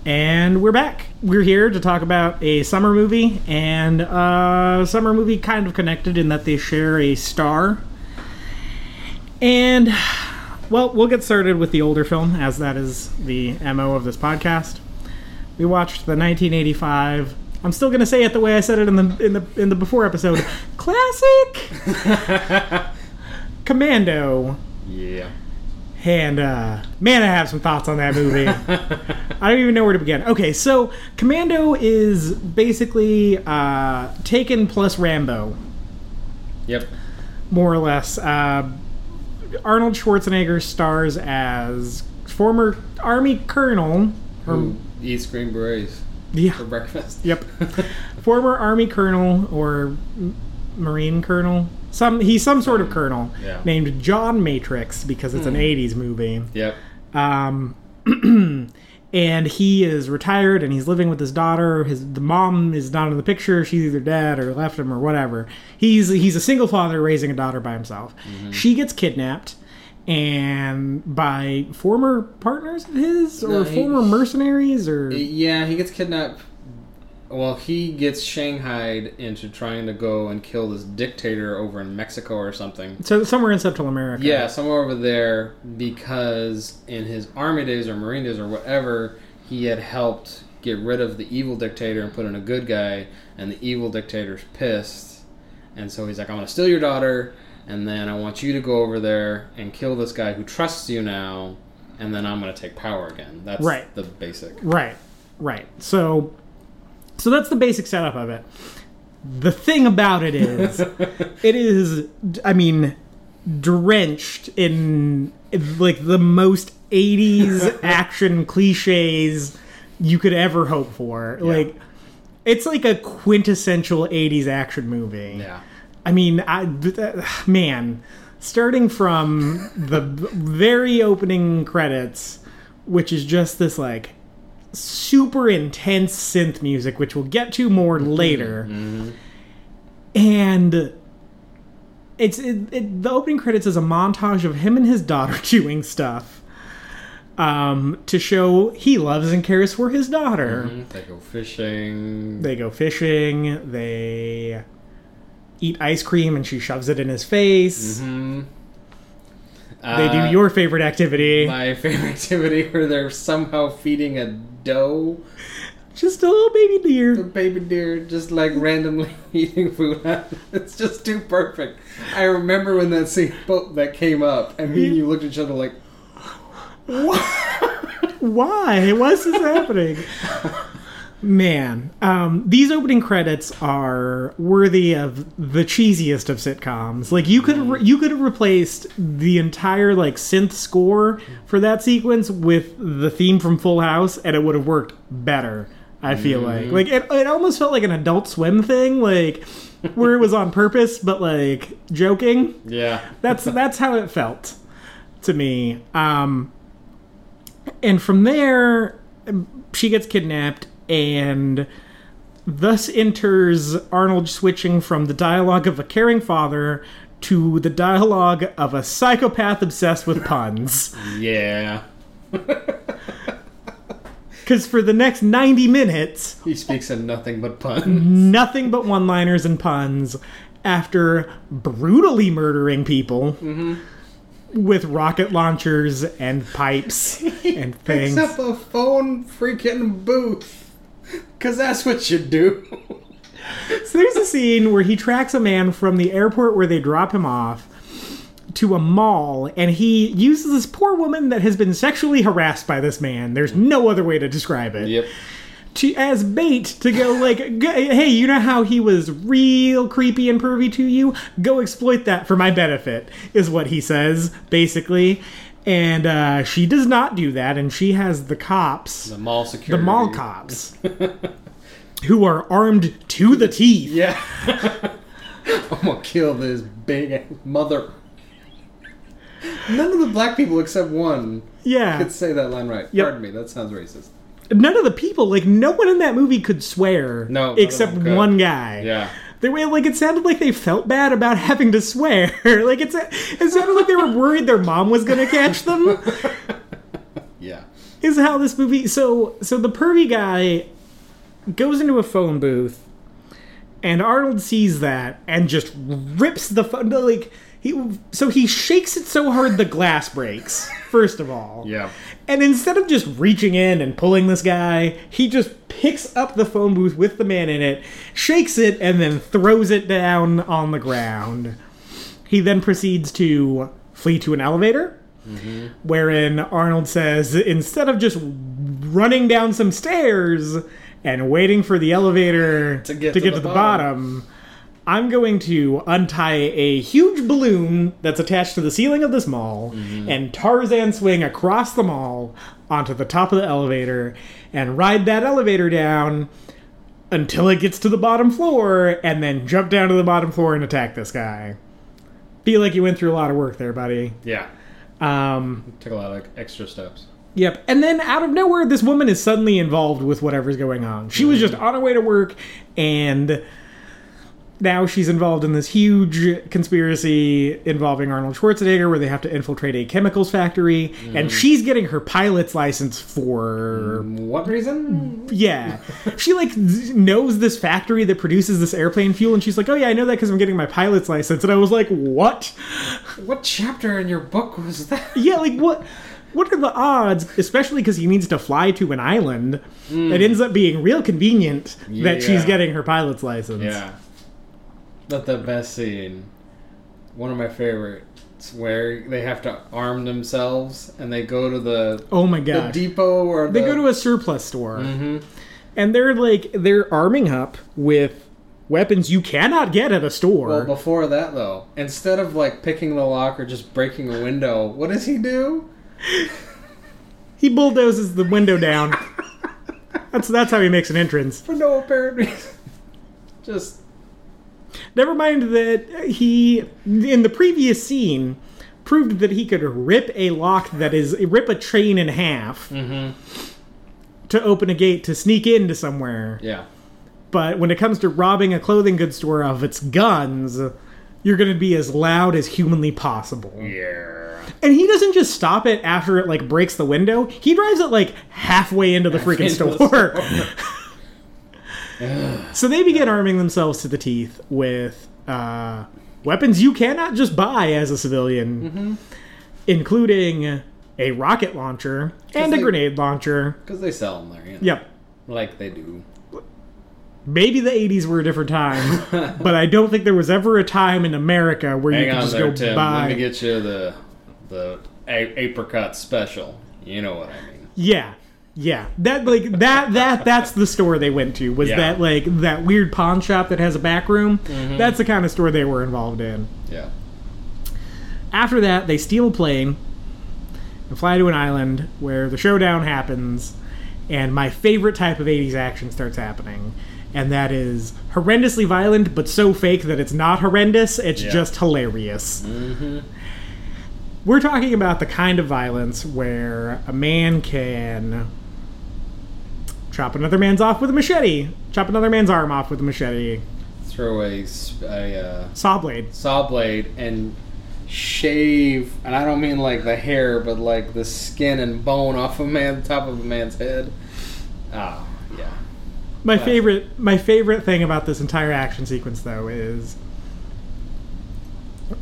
Speaker 1: And we're back. We're here to talk about a summer movie, and uh, summer movie kind of connected in that they share a star. And, well, we'll get started with the older film, as that is the MO of this podcast. We watched the 1985. I'm still gonna say it the way I said it in the in the in the before episode. Classic Commando.
Speaker 2: yeah.
Speaker 1: And uh, man, I have some thoughts on that movie. I don't even know where to begin. Okay, so Commando is basically uh, Taken plus Rambo,
Speaker 2: Yep.
Speaker 1: more or less. Uh, Arnold Schwarzenegger stars as former Army Colonel. Or,
Speaker 2: Ooh, eat green berets for
Speaker 1: yeah,
Speaker 2: breakfast.
Speaker 1: Um, yep. former Army Colonel or M- Marine Colonel. Some he's some sort of colonel
Speaker 2: Yeah.
Speaker 1: named John Matrix because it's an '80s movie.
Speaker 2: yep.
Speaker 1: Um, and he is retired and he's living with his daughter. His the mom is not in the picture. She's either dead or left him or whatever. He's he's a single father raising a daughter by himself.
Speaker 2: Mm-hmm.
Speaker 1: She gets kidnapped and by former partners of his or
Speaker 2: No, Uh, he-
Speaker 1: former mercenaries or
Speaker 2: Yeah, he gets kidnapped. Well, he gets shanghaied into trying to go and kill this dictator over in Mexico or something.
Speaker 1: so somewhere in Central America.
Speaker 2: Yeah, somewhere over there because in his army days or marine days or whatever, he had helped get rid of the evil dictator and put in a good guy, and the evil dictator's pissed, and so he's like, "I'm gonna steal your daughter, and then I want you to go over there and kill this guy who trusts you now, and then I'm gonna take power again." That's
Speaker 1: Right.
Speaker 2: the basic.
Speaker 1: Right, right. So, so that's the basic setup of it. The thing about it is, it is, I mean, drenched in like the most '80s action cliches you could ever hope for. Like, it's like a quintessential '80s action movie.
Speaker 2: Yeah.
Speaker 1: I mean, I th- th- man, starting from the b- very opening credits, which is just this like super intense synth music, which we'll get to more later, and It's it, it, the opening credits is a montage of him and his daughter doing stuff um, to show he loves and cares for his daughter.
Speaker 2: They go fishing.
Speaker 1: They go fishing. They eat ice cream, and she shoves it in his face.
Speaker 2: Mhm.
Speaker 1: They do
Speaker 2: Uh,
Speaker 1: your favorite activity.
Speaker 2: my favorite activity where they're somehow feeding a doe,
Speaker 1: Just a little baby
Speaker 2: a
Speaker 1: deer.
Speaker 2: baby deer, just like randomly eating food. it's just too perfect. I remember when that scene boat that came up, and me and you looked at each other like,
Speaker 1: Why? Why is this happening? Man, um, these opening credits are worthy of the cheesiest of sitcoms. Like you could re- you could have replaced the entire like synth score for that sequence with the theme from Full House, and it would have worked better. I feel like like it, it almost felt like an Adult Swim thing, like where it was on purpose, but like joking.
Speaker 2: yeah,
Speaker 1: That's that's how it felt to me. Um, and from there, she gets kidnapped, and thus enters Arnold switching from the dialogue of a caring father to the dialogue of a psychopath obsessed with puns.
Speaker 2: yeah.
Speaker 1: Because for the next ninety minutes,
Speaker 2: He speaks in nothing but puns.
Speaker 1: nothing but one liners and puns after brutally murdering people with rocket launchers and pipes and things.
Speaker 2: Picks up a phone freaking booth. Cause that's what you do.
Speaker 1: So there's a scene where he tracks a man from the airport where they drop him off to a mall and he uses this poor woman that has been sexually harassed by this man. There's no other way to describe it.
Speaker 2: Yep.
Speaker 1: to as bait to go like go, hey you know how he was real creepy and pervy to you go exploit that for my benefit is what he says basically and uh, she does not do that and she has the cops
Speaker 2: The mall security.
Speaker 1: the mall cops who are armed to the teeth
Speaker 2: Yeah. I'm gonna kill this big ass mother. None of the black people except one
Speaker 1: yeah
Speaker 2: could say that line right.
Speaker 1: Yep.
Speaker 2: Pardon me, that sounds racist.
Speaker 1: none of the people like no one in that movie could swear
Speaker 2: No, none of
Speaker 1: except
Speaker 2: them could.
Speaker 1: one guy
Speaker 2: Yeah.
Speaker 1: They were like it sounded like they felt bad about having to swear. like it's it sounded like they were worried their mom was gonna catch them.
Speaker 2: Yeah.
Speaker 1: Is how this movie. So so the pervy guy goes into a phone booth, and Arnold sees that and just rips the phone. Like he so he shakes it so hard the glass breaks. First of all,
Speaker 2: Yeah.
Speaker 1: and instead of just reaching in and pulling this guy, he just picks up the phone booth with the man in it, shakes it, and then throws it down on the ground. He then proceeds to flee to an elevator, wherein Arnold says, instead of just running down some stairs and waiting for the elevator
Speaker 2: To get to the
Speaker 1: bottom I'm going to untie a huge balloon that's attached to the ceiling of this mall
Speaker 2: Mm-hmm.
Speaker 1: and Tarzan swing across the mall onto the top of the elevator and ride that elevator down until it gets to the bottom floor and then jump down to the bottom floor and attack this guy. Feel like you went through a lot of work there, buddy.
Speaker 2: Yeah.
Speaker 1: Um,
Speaker 2: Took a lot of extra steps.
Speaker 1: yep. And then out of nowhere, this woman is suddenly involved with whatever's going on. She was just on her way to work and now she's involved in this huge conspiracy involving Arnold Schwarzenegger where they have to infiltrate a chemicals factory and she's getting her pilot's license for
Speaker 2: What reason?
Speaker 1: yeah she like z- knows this factory that produces this airplane fuel and she's like oh yeah I know that cuz I'm getting my pilot's license and I was like what
Speaker 2: What chapter in your book was that?
Speaker 1: yeah like what what are the odds especially because he needs to fly to an island it ends up being real convenient
Speaker 2: Hmm. Yeah.
Speaker 1: that she's getting her pilot's license
Speaker 2: Yeah. Not the best scene. One of my favorites where they have to arm themselves and they go to the,
Speaker 1: oh my
Speaker 2: the Mm-hmm.
Speaker 1: god
Speaker 2: depot or
Speaker 1: they go to a surplus store and they're like they're arming up with weapons you cannot get at a store
Speaker 2: Well, before that though, instead of like picking the lock or just breaking a window, what does he do?
Speaker 1: he bulldozes the window down that's that's how he makes an entrance
Speaker 2: For no apparent reason. Just
Speaker 1: Never mind that he, in the previous scene, proved that he could rip a lock that is rip a train in half to open a gate to sneak into somewhere.
Speaker 2: yeah.
Speaker 1: But when it comes to robbing a clothing goods store of its guns, you're going to be as loud as humanly possible.
Speaker 2: Yeah.
Speaker 1: And he doesn't just stop it after it like breaks the window. He drives it like halfway into the freaking
Speaker 2: into the
Speaker 1: store. so they begin arming themselves to the teeth with uh, weapons you cannot just buy as a civilian,
Speaker 2: Mm-hmm.
Speaker 1: including a rocket launcher and a
Speaker 2: they-
Speaker 1: grenade launcher.
Speaker 2: Because they sell them there, you know?
Speaker 1: Yep.
Speaker 2: Like they do.
Speaker 1: Maybe the 80s were a different time, but I don't think there was ever a time in America where you
Speaker 2: Hang
Speaker 1: could
Speaker 2: on
Speaker 1: just
Speaker 2: there,
Speaker 1: go
Speaker 2: Tim.
Speaker 1: buy.
Speaker 2: Let me get you the the a- apricot special. You know what I mean.
Speaker 1: Yeah. Yeah. That like that that that's the store they went to. Was
Speaker 2: Yeah.
Speaker 1: that like that weird pawn shop that has a back room? That's the kind of store they were involved in.
Speaker 2: Yeah.
Speaker 1: After that, they steal a plane and fly to an island where the showdown happens and my favorite type of 80s action starts happening. And that is horrendously violent, but so fake that it's not horrendous, it's
Speaker 2: Yeah.
Speaker 1: just hilarious. We're talking about the kind of violence where a man can chop another man's off with a machete, chop another man's arm off with a machete,
Speaker 2: Throw a, sp- a uh,
Speaker 1: saw blade.
Speaker 2: saw blade and shave, and I don't mean like the hair, but like the skin and bone off a man, top of a man's head. Ah, yeah.
Speaker 1: My favorite, my favorite thing about this entire action sequence, though, is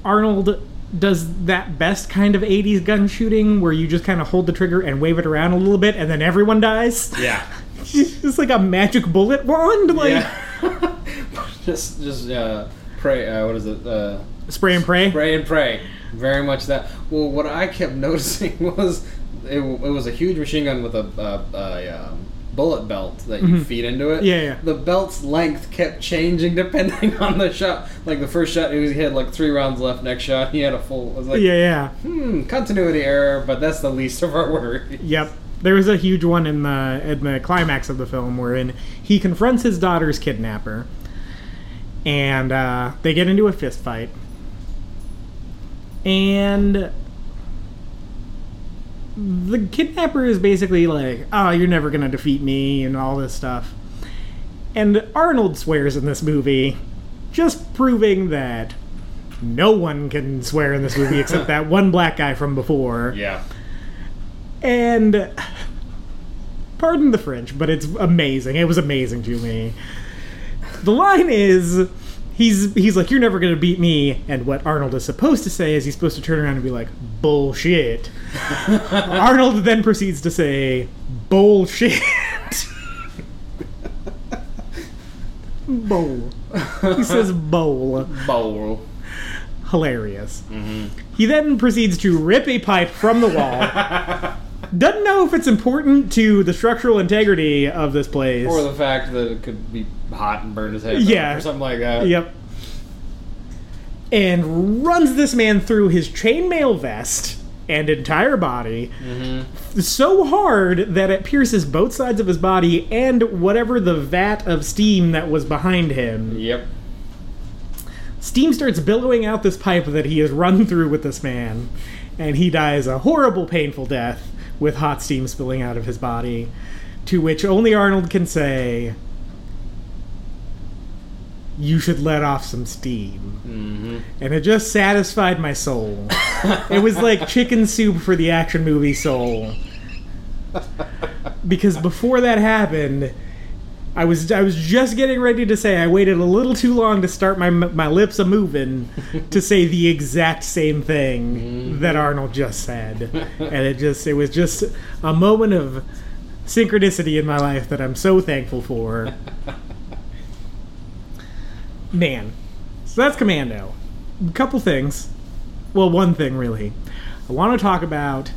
Speaker 1: Arnold does that best kind of '80s gun shooting, where you just kind of hold the trigger and wave it around a little bit, and then everyone dies.
Speaker 2: Yeah.
Speaker 1: it's like a magic bullet wand, like
Speaker 2: Yeah. just, just uh, pray. Uh, what is it? Uh,
Speaker 1: spray and pray.
Speaker 2: pray and pray. Very much that. Well, what I kept noticing was it, w- it was a huge machine gun with a, a, a um, bullet belt that you feed into it.
Speaker 1: Mm-hmm. Yeah, yeah.
Speaker 2: The belt's length kept changing depending on the shot. Like the first shot, it was, he had like three rounds left. Next shot, he had a full. I was like,
Speaker 1: Yeah, yeah,
Speaker 2: hmm, continuity error, but that's the least of our worries.
Speaker 1: yep. There was a huge one in the in the climax of the film, wherein he confronts his daughter's kidnapper, and uh, they get into a fist fight. and the kidnapper is basically like, "Oh, you're never gonna defeat me," and all this stuff. And Arnold swears in this movie, just proving that no one can swear in this movie except that one black guy from before.
Speaker 2: Yeah.
Speaker 1: And pardon the French, but it's amazing. It was amazing to me. The line is he's he's like, You're never gonna beat me and what Arnold is supposed to say is he's supposed to turn around and be like, Bullshit. Arnold then proceeds to say, Bullshit. bowl. He says bowl.
Speaker 2: Bowl.
Speaker 1: Hilarious. He then proceeds to rip a pipe from the wall. Doesn't know if it's important to the structural integrity of this place.
Speaker 2: Or the fact that it could be hot and burn his head.
Speaker 1: Yeah.
Speaker 2: off Or something like that.
Speaker 1: yep. And runs this man through his chainmail vest and entire body so hard that it pierces both sides of his body and whatever the vat of steam that was behind him.
Speaker 2: Yep.
Speaker 1: Steam starts billowing out this pipe that he has run through with this man, and he dies a horrible, painful death with hot steam spilling out of his body. To which only Arnold can say, You should let off some steam. And it just satisfied my soul. it was like chicken soup for the action movie soul. Because before that happened, I was I was just getting ready to say I waited a little too long to start my my lips a moving to say the exact same thing that Arnold just said, and it just it was just a moment of synchronicity in my life that I'm so thankful for. Man, so that's Commando. A couple things, well, one thing really. I want to talk about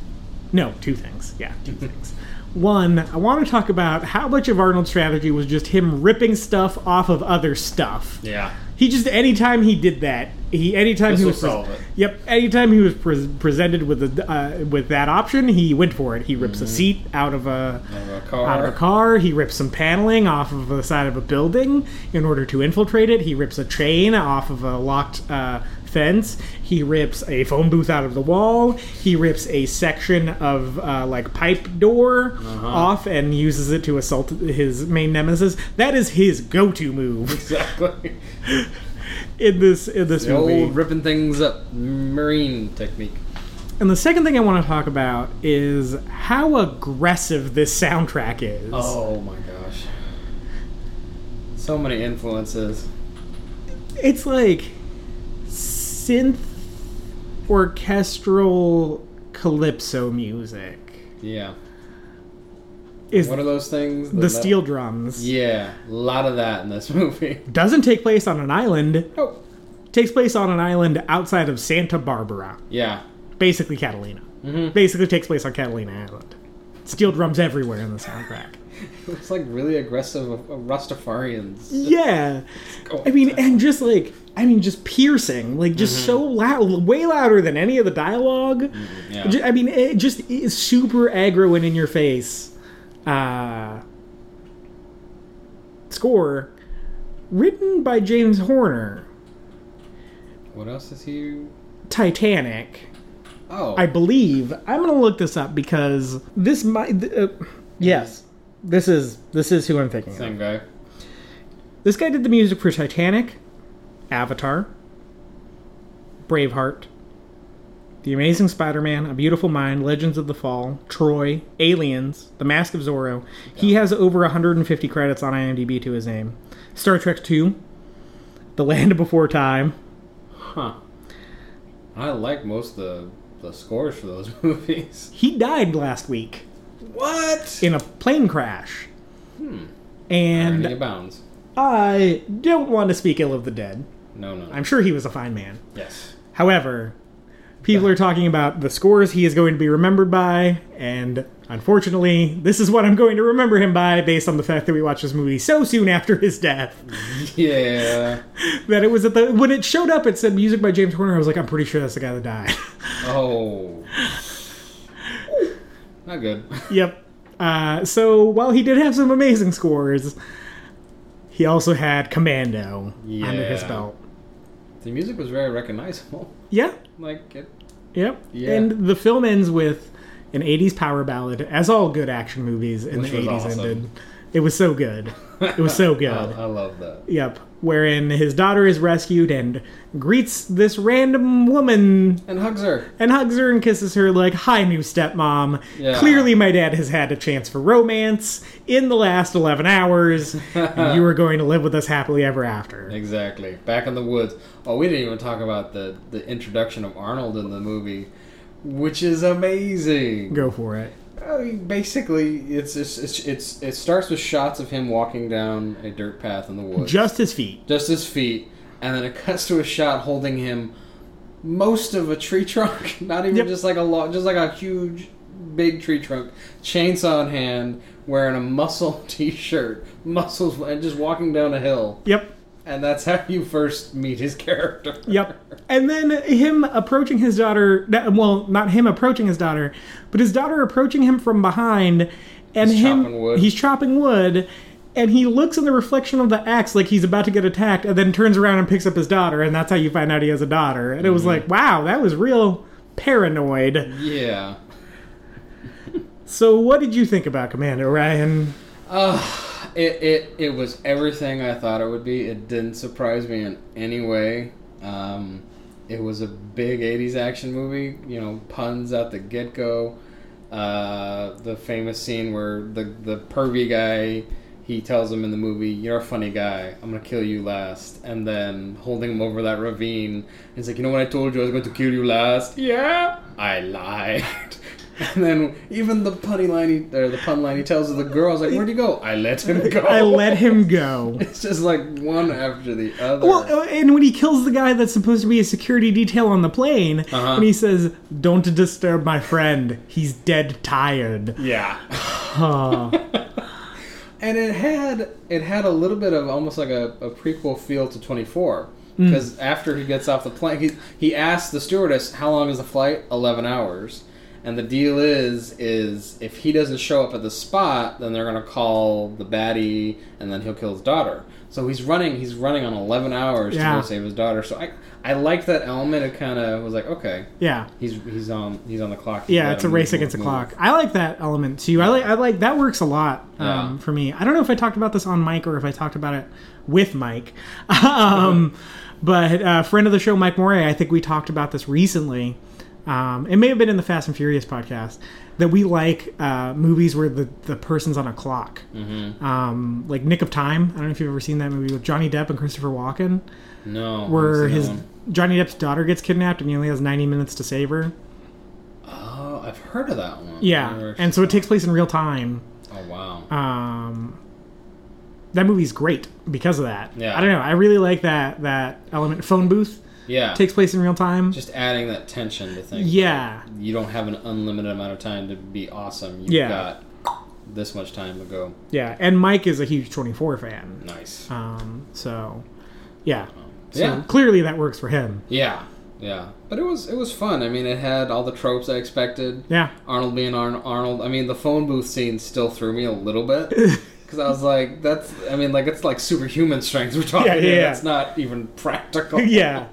Speaker 1: no two things. Yeah, two things. One, I want to talk about how much of Arnold's strategy was just him ripping stuff off of other stuff.
Speaker 2: Yeah.
Speaker 1: He just anytime he did that, he anytime
Speaker 2: This
Speaker 1: he
Speaker 2: will
Speaker 1: was pres-
Speaker 2: solve it.
Speaker 1: yep, anytime he was pres presented with a, uh, with that option, he went for it. He rips
Speaker 2: Mm-hmm.
Speaker 1: a seat out of a
Speaker 2: Out of a car.
Speaker 1: out of a car. He rips some paneling off of the side of a building in order to infiltrate it. He rips a chain off of a locked uh, fence. He rips a phone booth out of the wall. He rips a section of uh, like pipe door
Speaker 2: Uh-huh.
Speaker 1: off and uses it to assault his main nemesis. That is his go-to move.
Speaker 2: Exactly.
Speaker 1: in this in this
Speaker 2: The
Speaker 1: movie.
Speaker 2: old ripping things up marine technique.
Speaker 1: And the second thing I want to talk about is how aggressive this soundtrack is.
Speaker 2: Oh my gosh. So many influences.
Speaker 1: It's like synth orchestral calypso music.
Speaker 2: Yeah.
Speaker 1: Is
Speaker 2: What are those things?
Speaker 1: the steel drums.
Speaker 2: Yeah, a lot of that in this movie.
Speaker 1: Doesn't take place on an island.
Speaker 2: Oh.
Speaker 1: Takes place on an island outside of Santa Barbara.
Speaker 2: Yeah.
Speaker 1: Basically Catalina.
Speaker 2: Mhm.
Speaker 1: Basically takes place on Catalina Island. Steel drums everywhere in the soundtrack.
Speaker 2: It's like really aggressive of- of Rastafarians.
Speaker 1: yeah.
Speaker 2: Go
Speaker 1: I mean, and just like I mean, just piercing, like just
Speaker 2: Mm-hmm.
Speaker 1: so loud, way louder than any of the dialog
Speaker 2: Mm, Yeah.
Speaker 1: Ju- I mean, it just is super aggro and in your face. Uh, score written by James Horner,
Speaker 2: What else is he?
Speaker 1: Titanic.
Speaker 2: Oh.
Speaker 1: I believe I'm gonna look this up because this might. th- Uh, yes, this is this is who I'm thinking. Of.
Speaker 2: Same guy.
Speaker 1: This guy did the music for Titanic, Avatar, Braveheart, The Amazing Spider Man, A Beautiful Mind, Legends of the Fall, Troy, Aliens, The Mask of Zorro. He has over 150 credits on IMDb to his name. Star Trek II, The Land Before Time.
Speaker 2: Huh. I like most of the, the scores for those movies.
Speaker 1: He died last week
Speaker 2: What?
Speaker 1: in a plane crash.
Speaker 2: And
Speaker 1: And
Speaker 2: abounds.
Speaker 1: I don't want to speak ill of the dead.
Speaker 2: No, no.
Speaker 1: I'm sure he was a fine man.
Speaker 2: yes.
Speaker 1: However, people are talking about the scores he is going to be remembered by, and unfortunately, this is what I'm going to remember him by based on the fact that we watched this movie so soon after his death
Speaker 2: Yeah.
Speaker 1: that it was at the when it showed up it said music by James Horner. I was like, I'm pretty sure that's the guy that died.
Speaker 2: Oh. Not good.
Speaker 1: yep. Uh, so while he did have some amazing scores, he also had Commando under his
Speaker 2: Yeah.
Speaker 1: belt.
Speaker 2: The music was very recognizable.
Speaker 1: Yeah.
Speaker 2: Like it.
Speaker 1: Yep.
Speaker 2: Yeah.
Speaker 1: And the film ends with an 80s power ballad, as all good action movies in
Speaker 2: Which
Speaker 1: the
Speaker 2: was
Speaker 1: 80s
Speaker 2: awesome. Uh-huh.
Speaker 1: ended. It was so good. It was so good.
Speaker 2: I, I love that.
Speaker 1: Yep. Wherein his daughter is rescued and greets this random woman
Speaker 2: And hugs her.
Speaker 1: and hugs her and kisses her like, Hi, new stepmom.
Speaker 2: Yeah.
Speaker 1: Clearly, my dad has had a chance for romance in the last 11 hours. and you are going to live with us happily ever after.
Speaker 2: Exactly. Back in the woods. Oh, we didn't even talk about the the introduction of Arnold in the movie, which is amazing.
Speaker 1: Go for it.
Speaker 2: I mean, basically, it's, it's it's it's it starts with shots of him walking down a dirt path in the woods,
Speaker 1: Just
Speaker 2: just,
Speaker 1: his feet.
Speaker 2: his feet, and then it cuts to a shot holding him most of a tree trunk, not even
Speaker 1: Yep.
Speaker 2: just like a lot, just like a huge big tree trunk, chainsaw in hand, wearing a muscle t-shirt, muscles, and just walking down a hill.
Speaker 1: Yep.
Speaker 2: And that's how you first meet his character.
Speaker 1: Yep. And then him approaching his daughter, that- well, not him approaching his daughter, but his daughter approaching him from behind and
Speaker 2: He's
Speaker 1: him
Speaker 2: chopping wood.
Speaker 1: he's chopping wood and he looks in the reflection of the axe like he's about to get attacked and then turns around and picks up his daughter and that's how you find out he has a daughter. And it
Speaker 2: Mm-hmm.
Speaker 1: was like, wow, that was real paranoid.
Speaker 2: Yeah.
Speaker 1: So what did you think about Commando Ryan?
Speaker 2: Uh, it, it it was everything I thought it would be. It didn't surprise me in any way. Um, it was a big '80s action movie. You know, puns out the get go. Uh, the famous scene where the the pervy guy he tells him in the movie, "You're a funny guy. I'm gonna kill you last." And then holding him over that ravine, he's like, "You know what I told you I was going to kill you last?
Speaker 1: Yeah.
Speaker 2: I lied. And then even the punny line, he, or the pun line he tells the girls, like, "Where'd you go? I let him go.
Speaker 1: I let him go.
Speaker 2: It's just like one after the other.
Speaker 1: Well, uh, and when he kills the guy that's supposed to be a security detail on the plane,
Speaker 2: Uh-huh.
Speaker 1: and he says, "Don't disturb my friend. He's dead tired."
Speaker 2: yeah.
Speaker 1: Huh.
Speaker 2: And it had it had a little bit of almost like a, a prequel feel to Twenty Four
Speaker 1: Hmm.
Speaker 2: because after he gets off the plane, he he asks the stewardess, "How long is the flight? Eleven hours." And the deal is, is if he doesn't show up at the spot, then they're gonna call the baddie, and then he'll kill his daughter. So he's running. He's running on eleven hours
Speaker 1: Yeah.
Speaker 2: to go save his daughter. So I, I like that element. It kind of was like, okay,
Speaker 1: Yeah.
Speaker 2: he's he's on he's on the clock.
Speaker 1: Yeah,
Speaker 2: Let
Speaker 1: it's a
Speaker 2: him
Speaker 1: race
Speaker 2: move,
Speaker 1: against the
Speaker 2: move.
Speaker 1: clock. I like that element too. I like I like that works a lot um,
Speaker 2: Yeah.
Speaker 1: for me. I don't know if I talked about this on Mike or if I talked about it with Mike, um, but uh, friend of the show Mike Moray. I think we talked about this recently. Um, it may have been in the Fast and Furious podcast that we like uh, movies where the, the person's on a clock,
Speaker 2: Mm-hmm.
Speaker 1: um, like Nick of Time. I don't know if you've ever seen that movie with Johnny Depp and Christopher Walken,
Speaker 2: No, I haven't
Speaker 1: where
Speaker 2: seen that
Speaker 1: his
Speaker 2: one.
Speaker 1: Johnny Depp's daughter gets kidnapped and he only has ninety minutes to save her.
Speaker 2: oh, I've heard of that one.
Speaker 1: Yeah,
Speaker 2: Never-
Speaker 1: and so it takes place in real time.
Speaker 2: oh wow,
Speaker 1: Um, that movie's great because of that.
Speaker 2: Yeah.
Speaker 1: I don't know. I really like that that element. Phone booth
Speaker 2: yeah,
Speaker 1: takes place in real time.
Speaker 2: just adding that tension to things.
Speaker 1: yeah,
Speaker 2: you don't have an unlimited amount of time to be awesome. You've
Speaker 1: Yeah.
Speaker 2: got this much time to go.
Speaker 1: yeah. And Mike is a huge Twenty Four fan.
Speaker 2: Nice.
Speaker 1: Um, so yeah, so
Speaker 2: yeah.
Speaker 1: clearly that works for him.
Speaker 2: Yeah. Yeah. But it was it was fun. I mean, it had all the tropes I expected.
Speaker 1: Yeah,
Speaker 2: Arnold being Arn- Arnold. I mean, the phone booth scene still threw me a little bit because I was like, "That's." I mean, like it's like superhuman strength we're talking
Speaker 1: Yeah, yeah,
Speaker 2: here.
Speaker 1: yeah.
Speaker 2: That's not even practical.
Speaker 1: Yeah.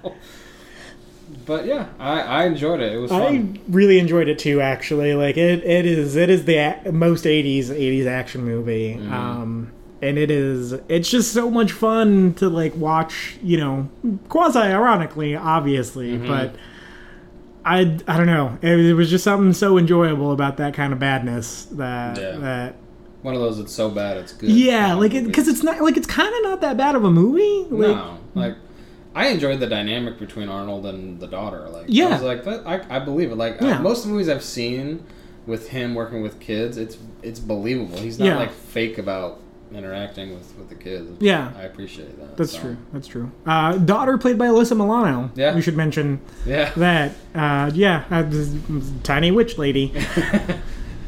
Speaker 2: But yeah, I, I enjoyed it. It was fun.
Speaker 1: I really enjoyed it too. Actually, like it, it is it is the a- most eighties eighties action movie.
Speaker 2: Mm-hmm.
Speaker 1: Um, and it is it's just so much fun to like watch. You know, quasi ironically, obviously,
Speaker 2: Mm-hmm.
Speaker 1: but. I, I don't know. It, was- it was just something so enjoyable about that kind of badness that
Speaker 2: Yeah.
Speaker 1: that
Speaker 2: One of those that's so bad it's good.
Speaker 1: yeah, like
Speaker 2: Movies.
Speaker 1: because it's not like it's kind of not that bad of a movie. Like,
Speaker 2: no, like I enjoyed the dynamic between Arnold and the daughter. Like,
Speaker 1: Yeah.
Speaker 2: I was like that. I, I believe it. Like uh,
Speaker 1: Yeah.
Speaker 2: most of the movies I've seen with him working with kids, it's it's believable. He's not
Speaker 1: Yeah.
Speaker 2: like fake about interacting with with the kids.
Speaker 1: Yeah.
Speaker 2: I appreciate that.
Speaker 1: that's
Speaker 2: so.
Speaker 1: true. That's true. Uh, daughter played by Alyssa Milano.
Speaker 2: Yeah.
Speaker 1: we should mention
Speaker 2: Yeah,
Speaker 1: that uh, yeah uh, this tiny witch lady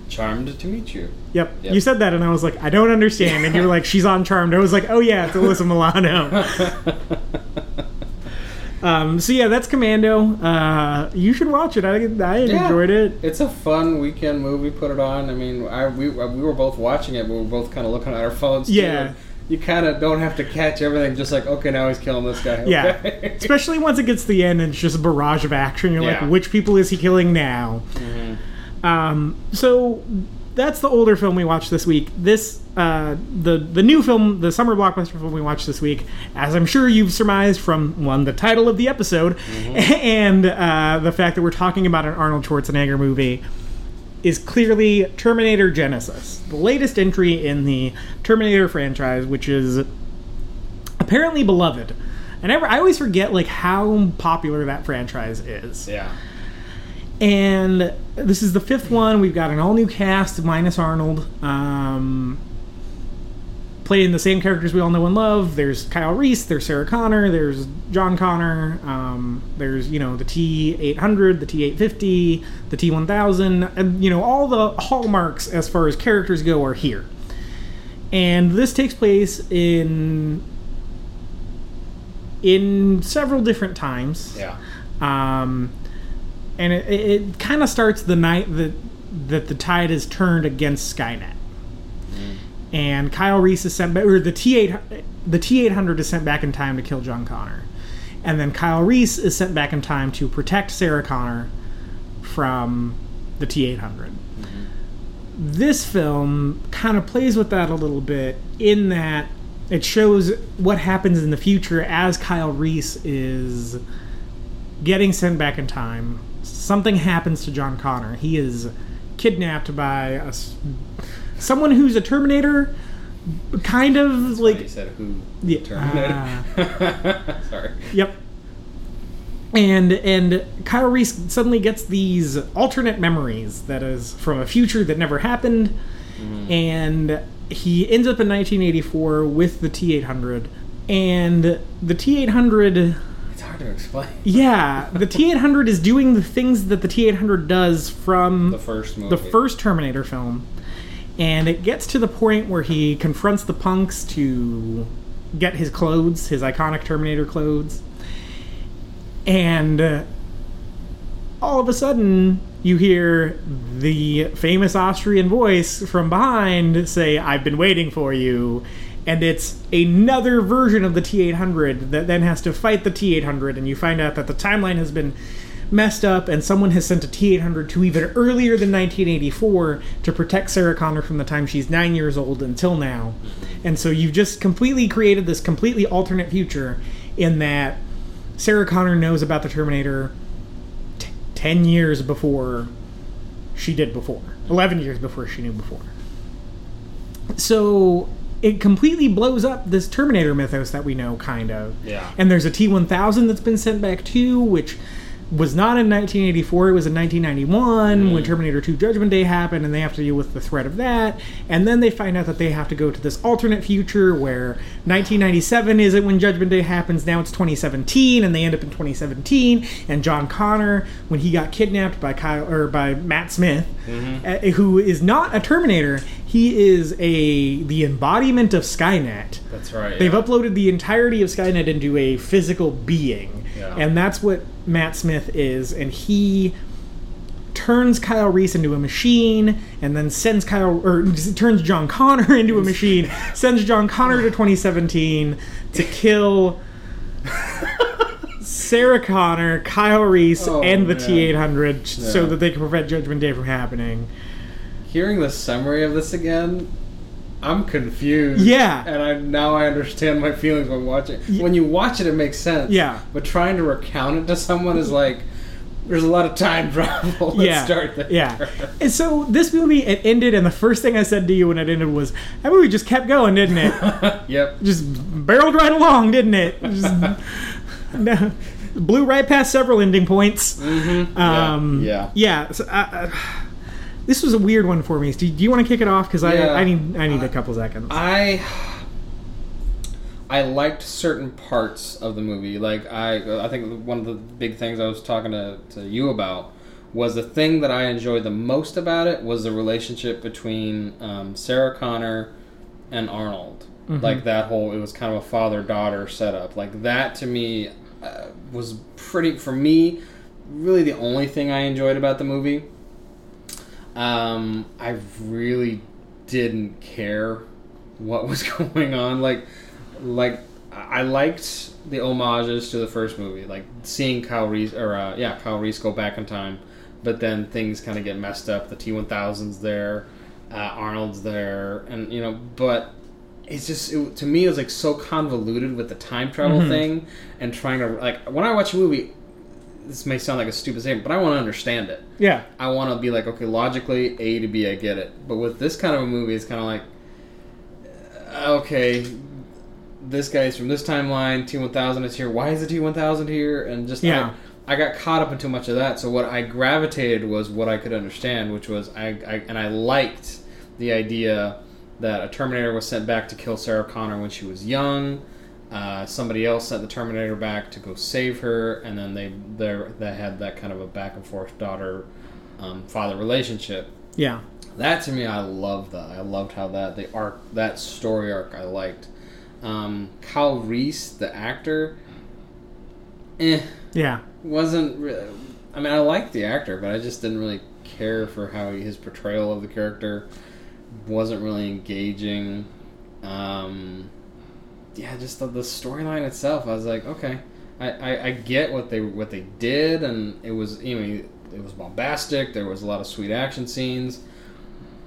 Speaker 2: charmed to meet you.
Speaker 1: yep.
Speaker 2: Yep.
Speaker 1: you said that and i was like i don't understand and you were like she's on charmed i was like oh yeah it's alyssa milano um, so yeah that's commando uh, you should watch it i, I
Speaker 2: Yeah.
Speaker 1: enjoyed it
Speaker 2: It's a fun weekend movie. Put it on. I mean, I we uh, we were both watching it, but we were both kind of looking at our phones. too,
Speaker 1: Yeah.
Speaker 2: and You kind of don't have to catch everything. Just like, okay, now he's killing this guy.
Speaker 1: yeah
Speaker 2: Okay.
Speaker 1: especially once it gets to the end and it's just a barrage of action you're
Speaker 2: Yeah.
Speaker 1: like which people is he killing now um, so that's the older film we watched this week this uh, the the new film the summer blockbuster film we watched this week as i'm sure you've surmised from one the title of the episode and uh, the fact that we're talking about an arnold schwarzenegger movie is clearly terminator genesis the latest entry in the terminator franchise which is apparently beloved. And I, I always forget like how popular that franchise is.
Speaker 2: yeah.
Speaker 1: And this is the fifth one. We've got an all new cast minus Arnold, um, playing the same characters we all know and love. There's Kyle Reese, there's Sarah Connor, there's John Connor, um, there's you know the T eight hundred, the T eight fifty, the T one thousand, and you know all the hallmarks as far as characters go are here. And this takes place in in several different times
Speaker 2: Yeah.
Speaker 1: um, and it, it, it kind of starts the night that that the tide is turned against Skynet. And Kyle Reese is sent back, or the T eight the T eight hundred is sent back in time to kill John Connor, and then Kyle Reese is sent back in time to protect Sarah Connor from the T eight hundred. This film kind of plays with that a little bit in that it shows what happens in the future as Kyle Reese is getting sent back in time. Something happens to John Connor. He is kidnapped by a s someone who's a Terminator, kind of
Speaker 2: he
Speaker 1: like Ah.
Speaker 2: said who
Speaker 1: Yeah.
Speaker 2: terminated. Sorry.
Speaker 1: yep. And and Kyle Reese suddenly gets these alternate memories that is from a future that never happened, and he ends up in 1984 with the T800, and the T800
Speaker 2: It's hard to explain.
Speaker 1: Yeah, the T800 is doing the things that the T800 does from
Speaker 2: The first movie.
Speaker 1: the first Terminator film. And it gets to the point where he confronts the punks to get his clothes, his iconic Terminator clothes. And uh, all of a sudden, you hear the famous Austrian voice from behind say, I've been waiting for you. And it's another version of the T 800 that then has to fight the T 800. And you find out that the timeline has been messed up and someone has sent a T 800 to even earlier than 1984 to protect Sarah Connor from the time she's nine years old until now. And so you've just completely created this completely alternate future in that Sarah Connor knows about the Terminator t- 10 years before she did before, 11 years before she knew before. So it completely blows up this Terminator mythos that we know, kind of.
Speaker 2: Yeah.
Speaker 1: And there's a T 1000 that's been sent back too, which was not in 1984 it was in 1991 when terminator 2 judgment day happened and they have to deal with the threat of that and then they find out that they have to go to this alternate future where 1997 isn't when judgment day happens now it's 2017 and they end up in 2017 and john connor when he got kidnapped by kyle or by matt smith uh, who is not a terminator he is a the embodiment of skynet
Speaker 2: That's right.
Speaker 1: They've
Speaker 2: yeah.
Speaker 1: uploaded the entirety of Skynet into a physical being.
Speaker 2: Yeah.
Speaker 1: And that's what Matt Smith is. And he turns Kyle Reese into a machine and then sends Kyle, or turns John Connor into a machine, sends John Connor to 2017 to kill Sarah Connor, Kyle Reese,
Speaker 2: Oh,
Speaker 1: and the
Speaker 2: man.
Speaker 1: T 800 so
Speaker 2: Yeah.
Speaker 1: that they can prevent Judgment Day from happening.
Speaker 2: Hearing the summary of this again, I'm confused.
Speaker 1: Yeah.
Speaker 2: And I now I understand my feelings when watching.
Speaker 1: Y-
Speaker 2: When you watch it, it makes sense.
Speaker 1: Yeah.
Speaker 2: But trying to recount it to someone is like, there's a lot of time travel. Let's
Speaker 1: yeah,
Speaker 2: start there.
Speaker 1: yeah. And so this movie it ended, and the first thing I said to you when it ended was, "That movie just kept going, didn't it?
Speaker 2: yep.
Speaker 1: just barreled right along, didn't it? Just, no, blew right past several ending points."
Speaker 2: Mm-hmm.
Speaker 1: Um,
Speaker 2: yeah.
Speaker 1: yeah. So I, I, this was a weird one for me. Do, do you want to kick it off? Because
Speaker 2: Yeah.
Speaker 1: I, I need I need a couple seconds.
Speaker 2: I I liked certain parts of the movie. Like I I think one of the big things I was talking to, to you about was the thing that I enjoyed the most about it was the relationship between um, Sarah Connor and Arnold. Like that whole it was kind of a father daughter setup. Like that to me uh, was pretty for me really the only thing I enjoyed about the movie. Um, I really didn't care what was going on. Like, like I I liked the homages to the first movie, like seeing Kyle Reese or uh, yeah, Kyle Reese go back in time, but then things kind of get messed up. The T one thousands there, uh, Arnold's there, and you know, but it's just it, to me it was like so convoluted with the time travel thing and trying to like when I watch a movie. This may sound like a stupid statement, but I want to understand it.
Speaker 1: yeah.
Speaker 2: I want to be like, okay, logically, A to B, I get it. But with this kind of a movie, it's kind of like, uh, okay, this guy's from this timeline, T1000 is here. Why is the T1000 here? And just,
Speaker 1: Yeah.
Speaker 2: I, I got caught up in too much of that. So what I gravitated was what I could understand, which was, I, I and I liked the idea that a Terminator was sent back to kill Sarah Connor when she was young. Uh, somebody else sent the Terminator back to go save her, and then they they they had that kind of a back and forth daughter um, father relationship.
Speaker 1: Yeah.
Speaker 2: That to me, I loved that. I loved how that the arc that story arc I liked. Um, Kyle Reese, the actor, eh,
Speaker 1: Yeah.
Speaker 2: wasn't. Really, I mean, I liked the actor, but I just didn't really care for how his portrayal of the character wasn't really engaging. Um, yeah, just the, the storyline itself. I was like, okay, I, I, I get what they what they did, and it was you know it was bombastic. There was a lot of sweet action scenes,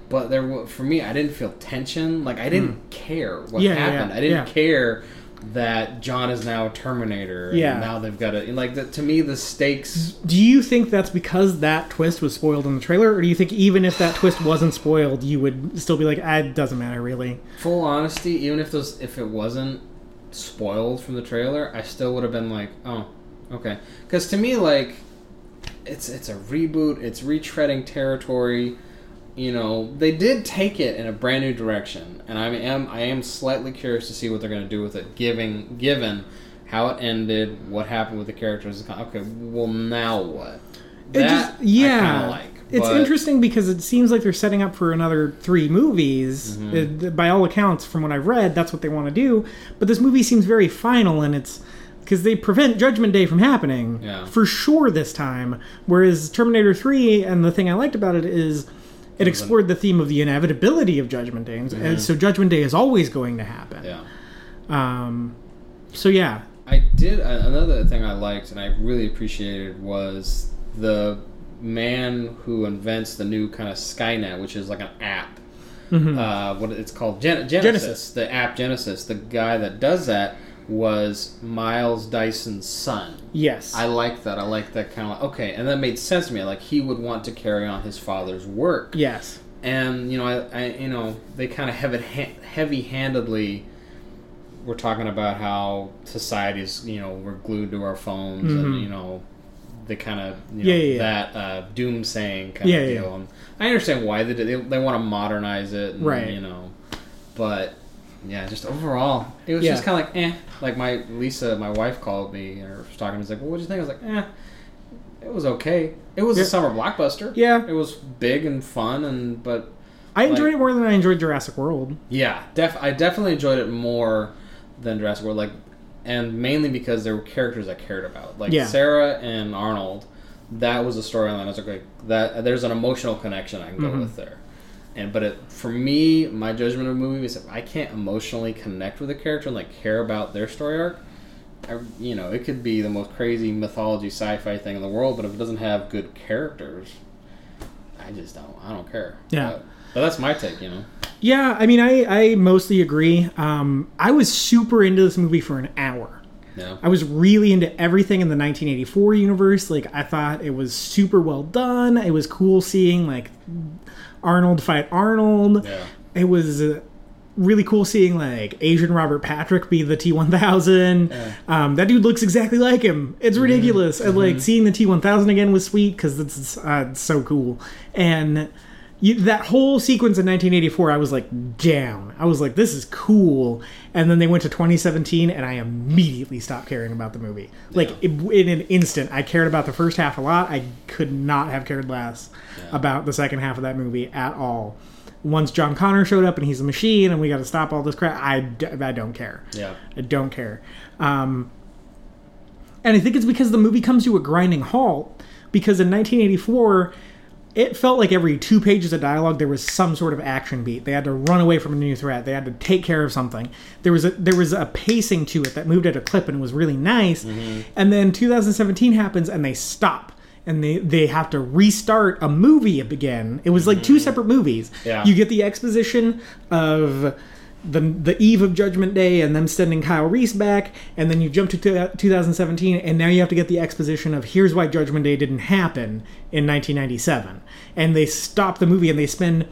Speaker 2: but there wa- for me, I didn't feel tension. Like I didn't care what
Speaker 1: Hmm. Yeah, yeah,
Speaker 2: happened.
Speaker 1: yeah,
Speaker 2: I didn't
Speaker 1: yeah.
Speaker 2: care that John is now a Terminator. and
Speaker 1: Yeah.
Speaker 2: now they've got to like the, to me the stakes.
Speaker 1: Do you think that's because that twist was spoiled in the trailer, or do you think even if that twist wasn't spoiled, you would still be like, "Ah, "It doesn't matter, really"?
Speaker 2: Full honesty, even if those if it wasn't spoiled from the trailer, I still would have been like, oh, okay. Because to me, like, it's it's a reboot. It's retreading territory. You know, they did take it in a brand new direction, and I am I am slightly curious to see what they're going to do with it. Giving given how it ended, what happened with the characters. it's kind of, Okay, well now what?
Speaker 1: It
Speaker 2: That
Speaker 1: just-
Speaker 2: I
Speaker 1: yeah,
Speaker 2: kinda like.
Speaker 1: it's
Speaker 2: but-
Speaker 1: interesting because it seems like they're setting up for another three movies.
Speaker 2: Mm-hmm.
Speaker 1: It- by all accounts, from what I've read, that's what they want to do. But this movie seems very final, and it's because they prevent Judgment Day from happening
Speaker 2: Yeah.
Speaker 1: for sure this time. Whereas Terminator 3, and the thing I liked about it is it explored the theme of the inevitability of Judgment Day. And so Judgment Day is always going to happen.
Speaker 2: Mm-hmm. Yeah.
Speaker 1: Um, so, yeah.
Speaker 2: I did a- another thing I liked and I really appreciated was the man who invents the new kind of Skynet, which is like an app. Uh, what it's called Gen- Genesis,
Speaker 1: Genesis.
Speaker 2: the app Genesis. The guy that does that was Miles Dyson's son.
Speaker 1: Yes.
Speaker 2: I like that. I like that kind of okay, and that made sense to me. Like he would want to carry on his father's work
Speaker 1: yes.
Speaker 2: and you know, I, I you know, they kind of have it ha- heavy-handedly. We're talking about how society's, you know, we're glued to our phones, and you know, they kind of, you know,
Speaker 1: Mm-hmm. Yeah, yeah, yeah.
Speaker 2: that uh, doomsaying kind
Speaker 1: Yeah,
Speaker 2: of
Speaker 1: yeah,
Speaker 2: deal. And I understand why they did. They, they want to modernize it, and,
Speaker 1: Right.
Speaker 2: You know, but yeah, just overall, it was
Speaker 1: Yeah.
Speaker 2: just kind of like, eh. Like my Lisa, my wife called me and was talking. She's like, "Well, what do you think?" I was like, "Eh." It was okay. It was
Speaker 1: Yeah.
Speaker 2: a summer blockbuster.
Speaker 1: Yeah.
Speaker 2: It was big and fun and but
Speaker 1: I enjoyed
Speaker 2: like-
Speaker 1: it more than I enjoyed Jurassic World.
Speaker 2: yeah, def- I definitely enjoyed it more than Jurassic World, like, and mainly because there were characters I cared about, like
Speaker 1: Yeah.
Speaker 2: Sarah and Arnold. That was a storyline. I was like, like, that. There's an emotional connection I can
Speaker 1: Mm-hmm.
Speaker 2: go with there. And but it, for me, my judgment of a movie is if I can't emotionally connect with a character and like care about their story arc, I, you know, it could be the most crazy mythology sci-fi thing in the world, but if it doesn't have good characters, I just don't. I don't care.
Speaker 1: Yeah.
Speaker 2: But- but that's my take. You know.
Speaker 1: Yeah, I mean, I, I mostly agree. Um, I was super into this movie for an hour.
Speaker 2: Yeah.
Speaker 1: I was really into everything in the 1984 universe. Like, I thought it was super well done. It was cool seeing, like, Arnold fight Arnold.
Speaker 2: Yeah.
Speaker 1: It was uh, really cool seeing, like, Asian Robert Patrick be the T 1000. Um, that dude looks exactly like him. It's ridiculous. And, like, seeing the T 1000 again was sweet because it's, uh, it's so cool. And. You, that whole sequence in 1984, I was like down. I was like, this is cool. And then they went to 2017, and I immediately stopped caring about the movie. Like, it, in an instant, I cared about the first half a lot. I could not have cared less about the second half of that movie at all. Once John Connor showed up and he's a machine and we got to stop all this crap, I, d- I don't care.
Speaker 2: Yeah.
Speaker 1: I don't care. Um, and I think it's because the movie comes to a grinding halt because in 1984, it felt like every two pages of dialogue there was some sort of action beat. They had to run away from a new threat. They had to take care of something. There was a there was a pacing to it that moved at a clip and was really nice. And then 2017 happens and they stop. And they, they have to restart a movie again. It was like two separate movies.
Speaker 2: Yeah.
Speaker 1: You get the exposition of the the eve of Judgment Day and them sending Kyle Reese back, and then you jump to t- 2017, and now you have to get the exposition of here's why Judgment Day didn't happen in 1997, and they stop the movie and they spend.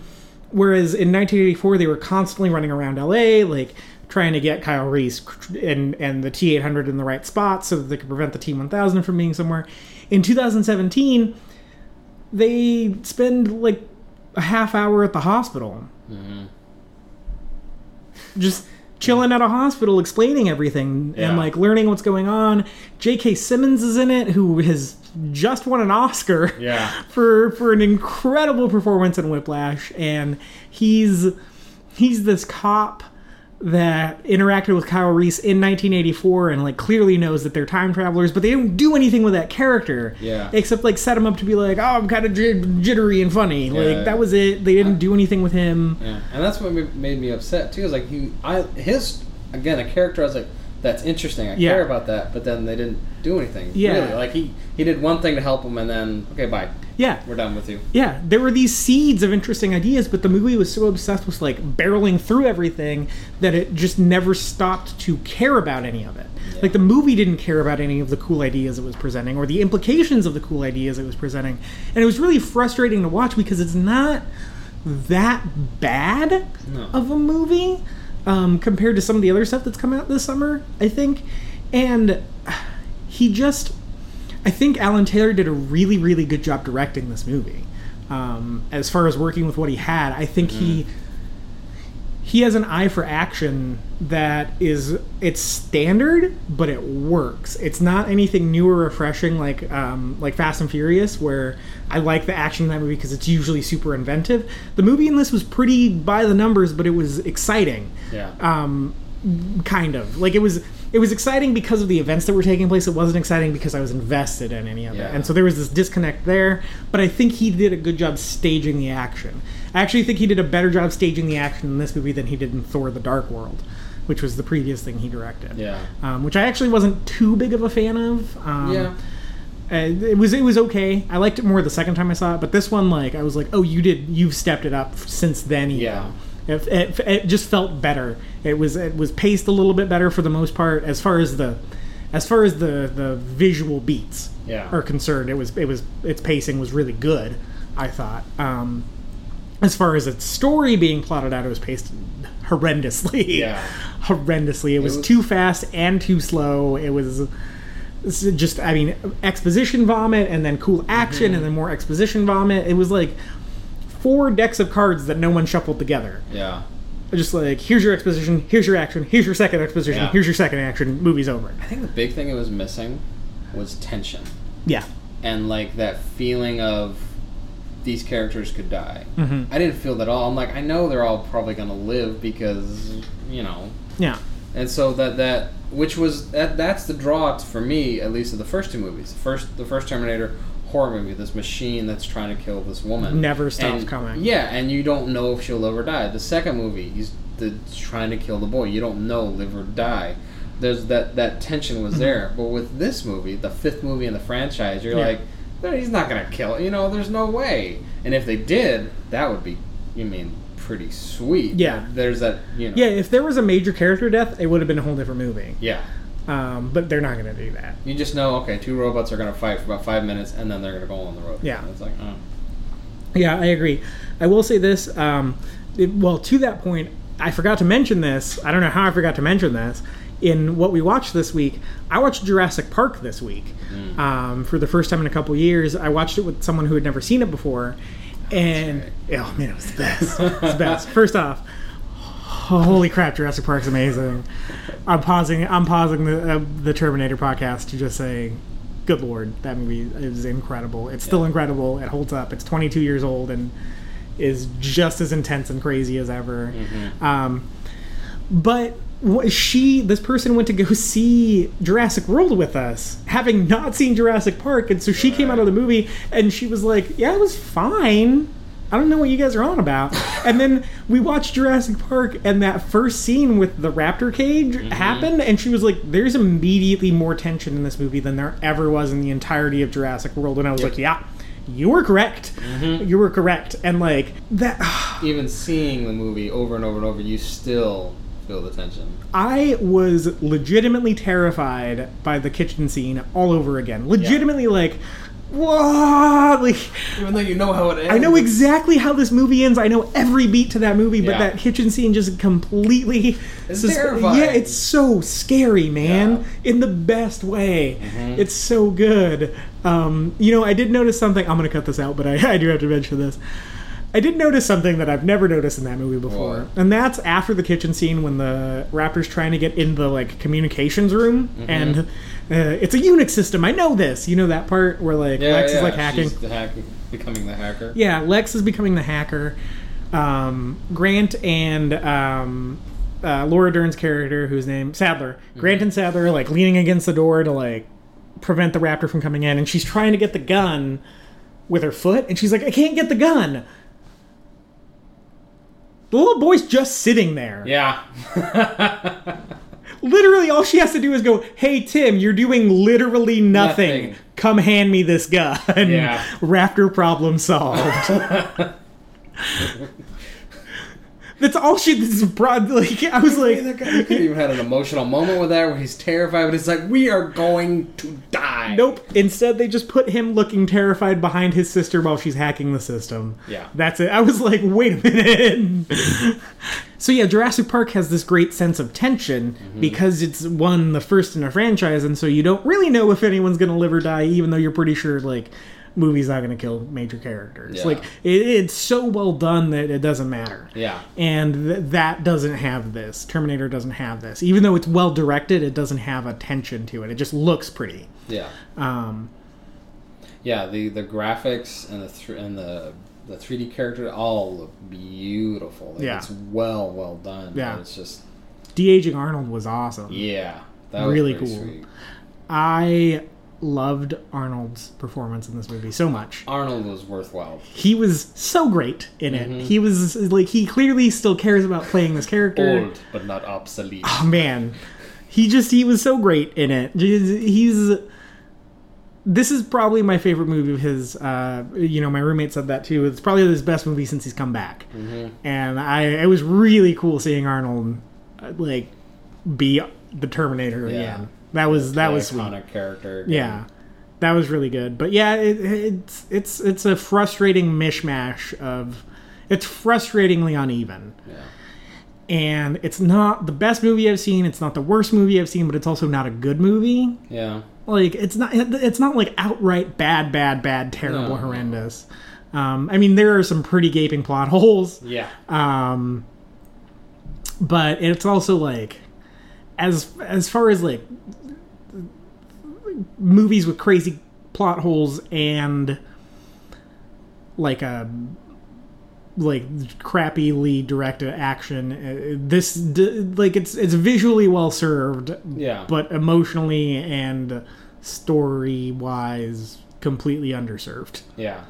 Speaker 1: Whereas in 1984 they were constantly running around LA, like trying to get Kyle Reese cr- and and the T800 in the right spot so that they could prevent the T1000 from being somewhere. In 2017, they spend like a half hour at the hospital
Speaker 2: Mm-hmm.
Speaker 1: just chilling at a hospital explaining everything
Speaker 2: Yeah.
Speaker 1: and like learning what's going on j.k simmons is in it who has just won an oscar
Speaker 2: Yeah.
Speaker 1: for for an incredible performance in whiplash and he's he's this cop that interacted with Kyle Reese in 1984 and like clearly knows that they're time travelers, but they didn't do anything with that character.
Speaker 2: Yeah.
Speaker 1: Except like set him up to be like, oh, I'm kind of j- jittery and funny.
Speaker 2: yeah.
Speaker 1: Like that was it. They didn't do anything with him.
Speaker 2: Yeah, and that's what ma- made me upset too. Is like he, I, his again a character. I was like, that's interesting. I
Speaker 1: Yeah.
Speaker 2: care about that. But then they didn't do anything.
Speaker 1: Yeah.
Speaker 2: really. like he he did one thing to help him, and then okay, bye.
Speaker 1: Yeah.
Speaker 2: We're done with you.
Speaker 1: yeah there were these seeds of interesting ideas but the movie was so obsessed with like barreling through everything that it just never stopped to care about any of it like the movie didn't care about any of the cool ideas it was presenting or the implications of the cool ideas it was presenting and it was really frustrating to watch because it's not that bad
Speaker 2: No.
Speaker 1: of a movie um, compared to some of the other stuff that's come out this summer i think and he just I think Alan Taylor did a really, really good job directing this movie. Um, as far as working with what he had, I think
Speaker 2: Mm.
Speaker 1: he he has an eye for action that is it's standard, but it works. It's not anything new or refreshing like um, like Fast and Furious, where I like the action in that movie because it's usually super inventive. The movie in this was pretty by the numbers, but it was exciting
Speaker 2: Yeah,
Speaker 1: um, kind of like it was it was exciting because of the events that were taking place. It wasn't exciting because I was invested in any of
Speaker 2: Yeah.
Speaker 1: it. And so there was this disconnect there. But I think he did a good job staging the action. I actually think he did a better job staging the action in this movie than he did in Thor: The Dark World, which was the previous thing he directed.
Speaker 2: Yeah.
Speaker 1: Um, which I actually wasn't too big of a fan of. Um,
Speaker 2: yeah.
Speaker 1: uh, it was it was okay. I liked it more the second time I saw it, but this one, like, I was like, oh, you did, you've stepped it up since then. even.
Speaker 2: Yeah.
Speaker 1: It, it, it just felt better. It was it was paced a little bit better for the most part, as far as the as far as the the visual beats
Speaker 2: Yeah.
Speaker 1: are concerned. It was it was its pacing was really good. I thought. Um, as far as its story being plotted out, it was paced horrendously.
Speaker 2: Yeah.
Speaker 1: horrendously. It was
Speaker 2: was-
Speaker 1: too fast and too slow. It was s- just, I mean, exposition vomit and then cool action
Speaker 2: Mm-hmm.
Speaker 1: and then more exposition vomit. It was like four decks of cards that no one shuffled together.
Speaker 2: Yeah.
Speaker 1: Just like, here's your exposition, here's your action, here's your second exposition,
Speaker 2: Yeah.
Speaker 1: here's your second action, movie's over.
Speaker 2: I think the big thing it was missing was tension
Speaker 1: Yeah.
Speaker 2: and like that feeling of these characters could die.
Speaker 1: Mhm.
Speaker 2: I didn't feel that at all. I'm like, I know they're all probably gonna live because you know,
Speaker 1: Yeah.
Speaker 2: and so that that which was that that's the draw t- for me at least of the first two movies. The first the first Terminator horror movie, this machine that's trying to kill this woman
Speaker 1: Never stops
Speaker 2: And-
Speaker 1: coming.
Speaker 2: Yeah, and you don't know if she'll live or die. The second movie, he's the, trying to kill the boy. You don't know live or die. There's that that tension
Speaker 1: Mm-hmm.
Speaker 2: was there, but with this movie, the fifth movie in the franchise, you're
Speaker 1: Yeah.
Speaker 2: like, "No, he's not gonna kill. You know, there's no way. And if they did, that would be, you mean, pretty sweet.
Speaker 1: Yeah.
Speaker 2: There's that. You know.
Speaker 1: Yeah, if there was a major character death, it would have been a whole different movie.
Speaker 2: Yeah.
Speaker 1: Um, but they're not going to do that.
Speaker 2: You just know, okay, two robots are gonna fight for about five minutes, and then they're gonna go on the road.
Speaker 1: Yeah.
Speaker 2: And it's like, oh.
Speaker 1: Yeah, I agree. I will say this. Um, it- well, to that point, I forgot to mention this. I don't know how I forgot to mention this. In what we watched this week, I watched Jurassic Park this week um, for the first time in a couple years. I watched it with someone who had never seen it before, and oh man, it was the best. it was the best. First off, holy crap, Jurassic Park's amazing. I'm pausing. I'm pausing the uh, the Terminator podcast to just say, good lord, that movie is incredible. It's still incredible. It holds up. It's 22 years old and is just as intense and crazy as ever. Um, but wh- she, this person, went to go see Jurassic World with us, having not seen Jurassic Park, and so she came out of the movie and she was like, "Yeah, it was fine. I don't know what you guys are on about." and then we watched Jurassic Park, and that first scene with the raptor cage happened, and she was like, "There's immediately more tension in this movie than there ever was in the entirety of Jurassic World," and I was like, "Yeah." You were correct. You were correct. And like that
Speaker 2: even seeing the movie over and over and over, you still feel the tension.
Speaker 1: I was legitimately terrified by the kitchen scene all over again. Legitimately, like, whoa! Like,
Speaker 2: Even though you know how it ends.
Speaker 1: I know exactly how this movie ends. I know every beat to that movie, but
Speaker 2: Yeah.
Speaker 1: that kitchen scene just completely.
Speaker 2: It's
Speaker 1: sus-
Speaker 2: terrifying.
Speaker 1: Yeah, it's so scary, man, in the best way.
Speaker 2: Mm-hmm.
Speaker 1: It's so good. Um, you know, I did notice something. I'm going to cut this out, but I, I do have to mention this. I did notice something that I've never noticed in that movie before,
Speaker 2: What?
Speaker 1: and that's after the kitchen scene when the raptor's trying to get in the like communications room,
Speaker 2: Mm-hmm.
Speaker 1: and uh, it's a Unix system. I know this. You know that part where like
Speaker 2: Yeah,
Speaker 1: Lex
Speaker 2: yeah,
Speaker 1: is like hacking.
Speaker 2: She's the hack- becoming the hacker.
Speaker 1: Yeah, Lex is becoming the hacker. Um, Grant and um, uh, Laura Dern's character, whose name Sadler, Grant and Sadler, are, like leaning against the door to like prevent the raptor from coming in, and she's trying to get the gun with her foot, and she's like, "I can't get the gun." The little boy's just sitting there.
Speaker 2: Yeah.
Speaker 1: Literally, all she has to do is go, "Hey Tim, you're doing literally nothing.
Speaker 2: Nothing.
Speaker 1: Come hand me this gun."
Speaker 2: Yeah.
Speaker 1: Raptor problem solved. That's all she. This is broad. Like I was
Speaker 2: That
Speaker 1: like,
Speaker 2: guy- You could even had an emotional moment with that where he's terrified, but it's like, we are going to die.
Speaker 1: nope. Instead, they just put him looking terrified behind his sister while she's hacking the system.
Speaker 2: Yeah.
Speaker 1: That's it. I was like, wait a minute. so yeah, Jurassic Park has this great sense of tension
Speaker 2: Mm-hmm.
Speaker 1: because it's one the first in a franchise, and so you don't really know if anyone's gonna live or die, even though you're pretty sure like movie's not gonna kill major characters.
Speaker 2: Yeah.
Speaker 1: Like it, it's so well done that it doesn't matter.
Speaker 2: Yeah.
Speaker 1: And th- that doesn't have this. Terminator doesn't have this. Even though it's well directed, it doesn't have a tension to it. It just looks pretty.
Speaker 2: Yeah.
Speaker 1: Um,
Speaker 2: Yeah, the, the graphics and the thr and the the 3D character all look beautiful. Like,
Speaker 1: Yeah.
Speaker 2: It's well, well done.
Speaker 1: Yeah.
Speaker 2: It's just,
Speaker 1: De aging Arnold was awesome.
Speaker 2: yeah. That was
Speaker 1: Really
Speaker 2: pretty
Speaker 1: cool.
Speaker 2: Sweet.
Speaker 1: I loved Arnold's performance in this movie so much.
Speaker 2: Arnold was worthwhile.
Speaker 1: He was so great in
Speaker 2: Mm-hmm.
Speaker 1: it. He was like he clearly still cares about playing this character.
Speaker 2: Old but not obsolete.
Speaker 1: Oh man, he just he was so great in it. He's this is probably my favorite movie of his. Uh, you know, my roommate said that too. It's probably his best movie since he's come back,
Speaker 2: Mm-hmm.
Speaker 1: and I it was really cool seeing Arnold uh, like be the Terminator
Speaker 2: Yeah.
Speaker 1: again. That was that
Speaker 2: The
Speaker 1: was sweet.
Speaker 2: iconic character.
Speaker 1: Yeah, that was really good. But yeah, it, it's it's it's a frustrating mishmash of it's frustratingly uneven
Speaker 2: Yeah.
Speaker 1: and it's not the best movie I've seen. It's not the worst movie I've seen, but it's also not a good movie.
Speaker 2: Yeah.
Speaker 1: Like it's not it's not like outright bad, bad, bad, terrible,
Speaker 2: No.
Speaker 1: horrendous. Um, I mean, there are some pretty gaping plot holes,
Speaker 2: Yeah.
Speaker 1: um, but it's also like as as far as like movies with crazy plot holes and like a like crappily directed action uh, this d- like it's it's visually well served
Speaker 2: Yeah.
Speaker 1: but emotionally and story wise completely underserved
Speaker 2: Yeah.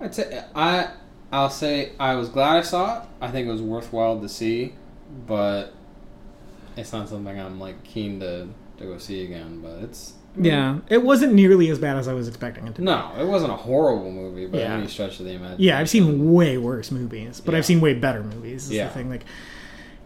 Speaker 2: I'd say I I'll say I was glad I saw it. I think it was worthwhile to see, but it's not something I'm like keen to, to go see again, but it's
Speaker 1: yeah it wasn't nearly as bad as i was expecting it to be
Speaker 2: no, it wasn't a horrible movie by
Speaker 1: Yeah.
Speaker 2: any stretch of the imagination.
Speaker 1: Yeah, I've seen way worse movies, but
Speaker 2: Yeah.
Speaker 1: I've seen way better movies. Is
Speaker 2: Yeah.
Speaker 1: the thing like,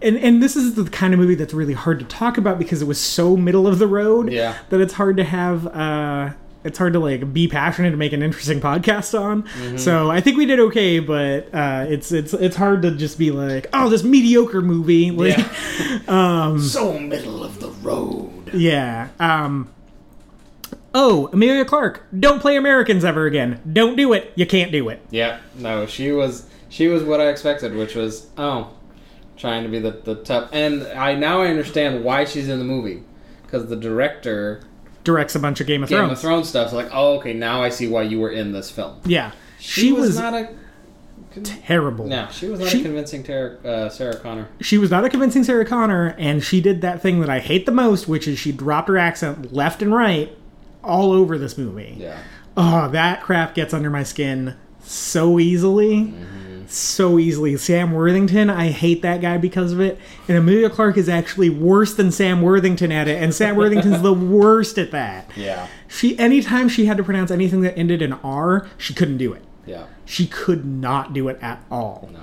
Speaker 1: and and this is the kind of movie that's really hard to talk about because it was so middle of the road
Speaker 2: Yeah.
Speaker 1: that it's hard to have. uh it's hard to like be passionate and make an interesting podcast on.
Speaker 2: Mm-hmm.
Speaker 1: So I think we did okay, but uh, it's it's it's hard to just be like, oh, this mediocre movie. Like,
Speaker 2: Yeah. so middle of the road.
Speaker 1: yeah. Um, oh, Amelia Clark, don't play Americans ever again. Don't do it. You can't do it.
Speaker 2: Yeah, no, she was she was what I expected, which was oh, trying to be the the tough. And I now I understand why she's in the movie because the director
Speaker 1: Directs a bunch of Game of
Speaker 2: Game
Speaker 1: Thrones.
Speaker 2: of Thrones stuff. So like, oh, okay, now I see why you were in this film.
Speaker 1: Yeah.
Speaker 2: She, was, not a
Speaker 1: terrible.
Speaker 2: no. She was not
Speaker 1: She-
Speaker 2: a convincing Tara, uh, Sarah Connor.
Speaker 1: She was not a convincing Sarah Connor, and she did that thing that I hate the most, which is she dropped her accent left and right all over this movie.
Speaker 2: Yeah,
Speaker 1: Oh, that crap gets under my skin so easily.
Speaker 2: Mm-hmm.
Speaker 1: So easily. Sam Worthington, I hate that guy because of it. And Amelia Clark is actually worse than Sam Worthington at it, and Sam Worthington's the worst at that.
Speaker 2: yeah,
Speaker 1: She anytime she had to pronounce anything that ended in R, she couldn't do it.
Speaker 2: yeah.
Speaker 1: She could not do it at all.
Speaker 2: No,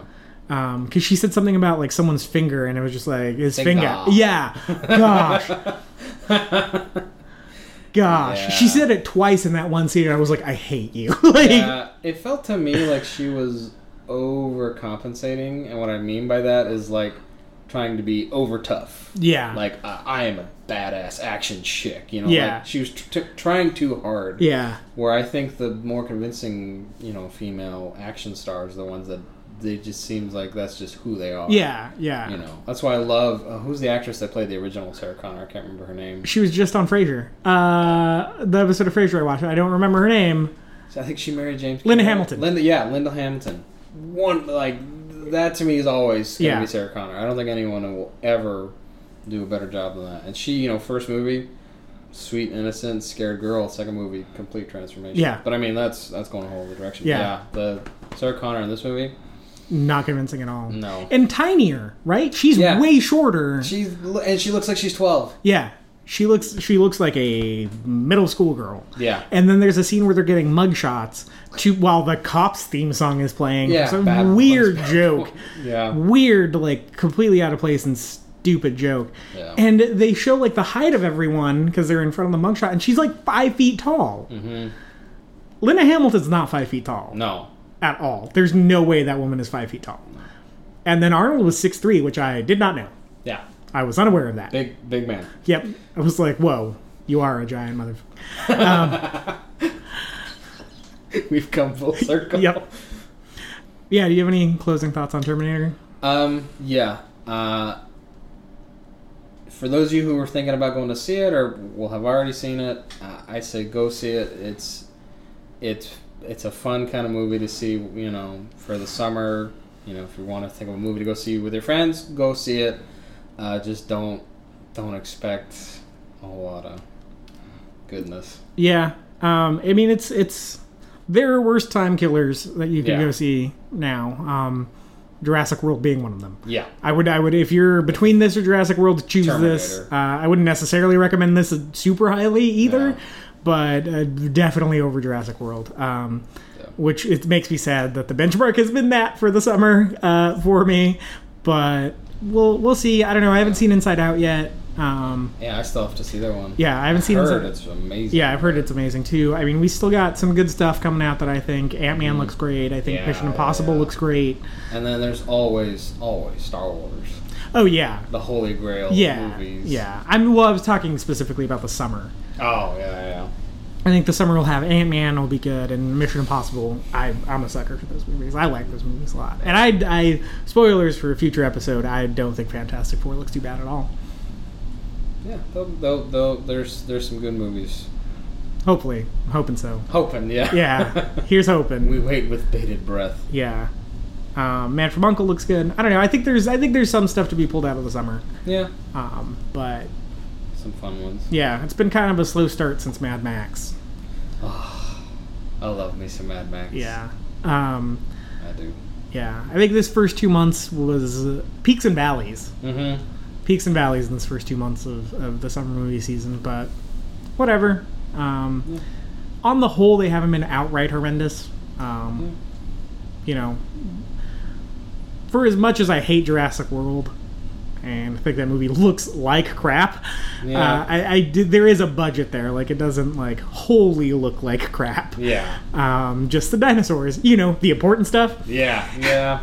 Speaker 1: because Um, she said something about like someone's finger, and it was just like his finger.
Speaker 2: Finger.
Speaker 1: Yeah, gosh, gosh. She
Speaker 2: Yeah.
Speaker 1: said it twice in that one scene, and I was like, I hate you. like,
Speaker 2: yeah. Uh, It felt to me like she was overcompensating, and what I mean by that is like trying to be over tough.
Speaker 1: yeah,
Speaker 2: Like uh, I am a badass action chick, you know.
Speaker 1: Yeah.
Speaker 2: Like, she was t- t- trying too hard.
Speaker 1: yeah,
Speaker 2: Where I think the more convincing, you know, female action stars, the ones that they just seems like that's just who they are.
Speaker 1: yeah, yeah.
Speaker 2: you know that's why i love uh, who's the actress that played the original sarah connor i can't remember her name
Speaker 1: She was just on Frasier. Uh, the episode of Frasier I watched. I don't remember her name.
Speaker 2: i think she married james
Speaker 1: Linda
Speaker 2: Cameron.
Speaker 1: Hamilton.
Speaker 2: linda yeah linda hamilton one like that to me is always gonna
Speaker 1: Yeah.
Speaker 2: be sarah connor i don't think anyone will ever do a better job than that and she you know first movie sweet innocent scared girl second movie complete transformation
Speaker 1: Yeah.
Speaker 2: but i mean that's that's going a whole other direction
Speaker 1: Yeah.
Speaker 2: the sarah connor in this movie
Speaker 1: Not convincing at all.
Speaker 2: no
Speaker 1: And tinier, right? She's
Speaker 2: Yeah.
Speaker 1: way shorter.
Speaker 2: she's and she looks like she's 12
Speaker 1: yeah, she looks she looks like a middle school girl.
Speaker 2: yeah
Speaker 1: And then there's a scene where they're getting mugshots to while the cops theme song is playing.
Speaker 2: Yeah,
Speaker 1: it's a
Speaker 2: bad
Speaker 1: weird
Speaker 2: ones, bad
Speaker 1: joke.
Speaker 2: yeah
Speaker 1: Weird, like completely out of place and stupid joke.
Speaker 2: Yeah.
Speaker 1: And they show like the height of everyone because they're in front of the mugshot, and she's like five feet tall. Mm-hmm. Linda Hamilton's not five feet tall
Speaker 2: no
Speaker 1: at all. There's no way that woman is five feet tall. And then Arnold was six three, which I did not know.
Speaker 2: yeah
Speaker 1: I was unaware of that.
Speaker 2: big big man
Speaker 1: Yep. I was like, whoa, you are a giant motherfucker.
Speaker 2: We've come full circle.
Speaker 1: Yep. Yeah, do you have any closing thoughts on Terminator?
Speaker 2: Um. Yeah. Uh. For those of you who were thinking about going to see it or will have already seen it, uh, I say go see it. It's, it's, it's a fun kind of movie to see. You know, for the summer. You know, if you want to think of a movie to go see with your friends, go see it. Uh, just don't, don't expect a whole lot of goodness.
Speaker 1: Yeah. Um, I mean, it's it's there are worse time killers that you can
Speaker 2: Yeah.
Speaker 1: go see now. Um, Jurassic World being one of them.
Speaker 2: Yeah.
Speaker 1: I would, I would, if you're between this or Jurassic World, choose this. Uh,
Speaker 2: Terminator.
Speaker 1: I wouldn't necessarily recommend this super highly either,
Speaker 2: No.
Speaker 1: but uh, definitely over Jurassic World. Um,
Speaker 2: Yeah.
Speaker 1: Which it makes me sad that the benchmark has been that for the summer uh, for me, but we'll we'll see. I don't know. I haven't seen Inside Out yet. Um,
Speaker 2: Yeah, I still have to see that one.
Speaker 1: yeah, I haven't seen
Speaker 2: Heard
Speaker 1: Inside.
Speaker 2: it's amazing.
Speaker 1: Yeah, I've heard it's amazing too. I mean, we still got some good stuff coming out that I think Ant Man looks great. I think
Speaker 2: Hmm. Yeah,
Speaker 1: Mission Impossible
Speaker 2: yeah.
Speaker 1: looks great.
Speaker 2: And then there's always, always Star Wars,
Speaker 1: Oh yeah,
Speaker 2: the Holy Grail of
Speaker 1: yeah,
Speaker 2: movies.
Speaker 1: yeah. I mean, well, I was talking specifically about the summer.
Speaker 2: Oh yeah,
Speaker 1: I think the summer will have Ant Man will be good and Mission Impossible. I, I'm a sucker for those movies. I like those movies a lot. And I, I spoilers for a future episode. I don't think Fantastic Four looks too bad at all.
Speaker 2: yeah, yeah. Though, though, though there's there's some good movies.
Speaker 1: Hopefully, I'm hoping so.
Speaker 2: Hoping, yeah.
Speaker 1: Yeah, here's hoping.
Speaker 2: we wait with bated breath.
Speaker 1: Yeah, um, Man from Uncle looks good. I don't know. I think there's I think there's some stuff to be pulled out of the summer.
Speaker 2: Yeah.
Speaker 1: Um, but
Speaker 2: Some fun ones.
Speaker 1: yeah, it's been kind of a slow start since Mad Max.
Speaker 2: I love me some Mad Max.
Speaker 1: Yeah. Um,
Speaker 2: I do.
Speaker 1: yeah. I think this first two months was uh, peaks and valleys.
Speaker 2: Mm-hmm.
Speaker 1: Peaks and valleys in this first two months of, of the summer movie season, but whatever. Um,
Speaker 2: Yeah.
Speaker 1: On the whole, they haven't been outright horrendous. Um, You know, for as much as I hate Jurassic World and think that movie looks like crap,
Speaker 2: Yeah.
Speaker 1: uh, I, I did, there is a budget there. Like, it doesn't, like, wholly look like crap.
Speaker 2: Yeah.
Speaker 1: um, just the dinosaurs, you know, the important stuff.
Speaker 2: Yeah. Yeah.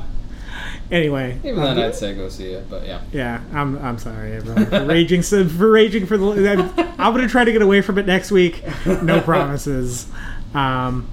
Speaker 1: Anyway,
Speaker 2: Even
Speaker 1: um,
Speaker 2: then, I'd say go see it, but yeah.
Speaker 1: yeah, I'm, I'm sorry, everyone, for raging so for raging for the. I'm, I'm gonna try to get away from it next week. No promises. Um,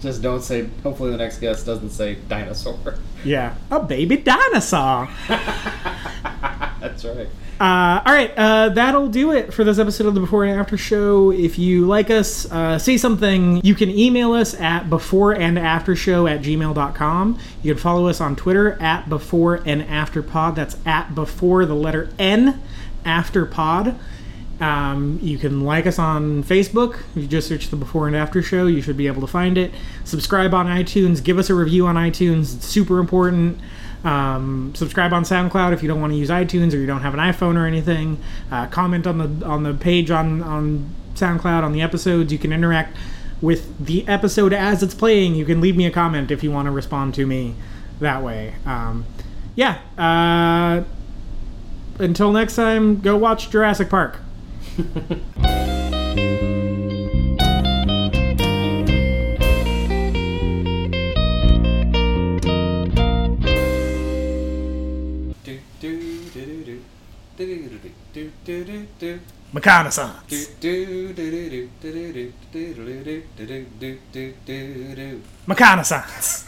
Speaker 2: Just don't say. Hopefully, the next guest doesn't say dinosaur.
Speaker 1: yeah, a baby dinosaur.
Speaker 2: That's right.
Speaker 1: Uh, all right, uh, that'll do it for this episode of the Before and After Show. If you like us, uh, say something. You can email us at before and after show at gmail.com. You can follow us on Twitter at before and after pod. That's at before the letter N after pod. Um, you can like us on Facebook. If you just search the Before and After Show, you should be able to find it. Subscribe on iTunes. Give us a review on iTunes. It's super important. Um, subscribe on SoundCloud if you don't want to use iTunes or you don't have an iPhone or anything. Uh, comment on the on the page on on SoundCloud on the episodes. You can interact with the episode as it's playing. You can leave me a comment if you want to respond to me that way. Um, yeah. Uh, until next time, go watch Jurassic Park.
Speaker 2: Do do do do do do do do do do.
Speaker 1: Reconnaissance.
Speaker 2: Do-do-do-do-do-do-do-do-do-do-do-do-do-do-do.
Speaker 1: Reconnaissance.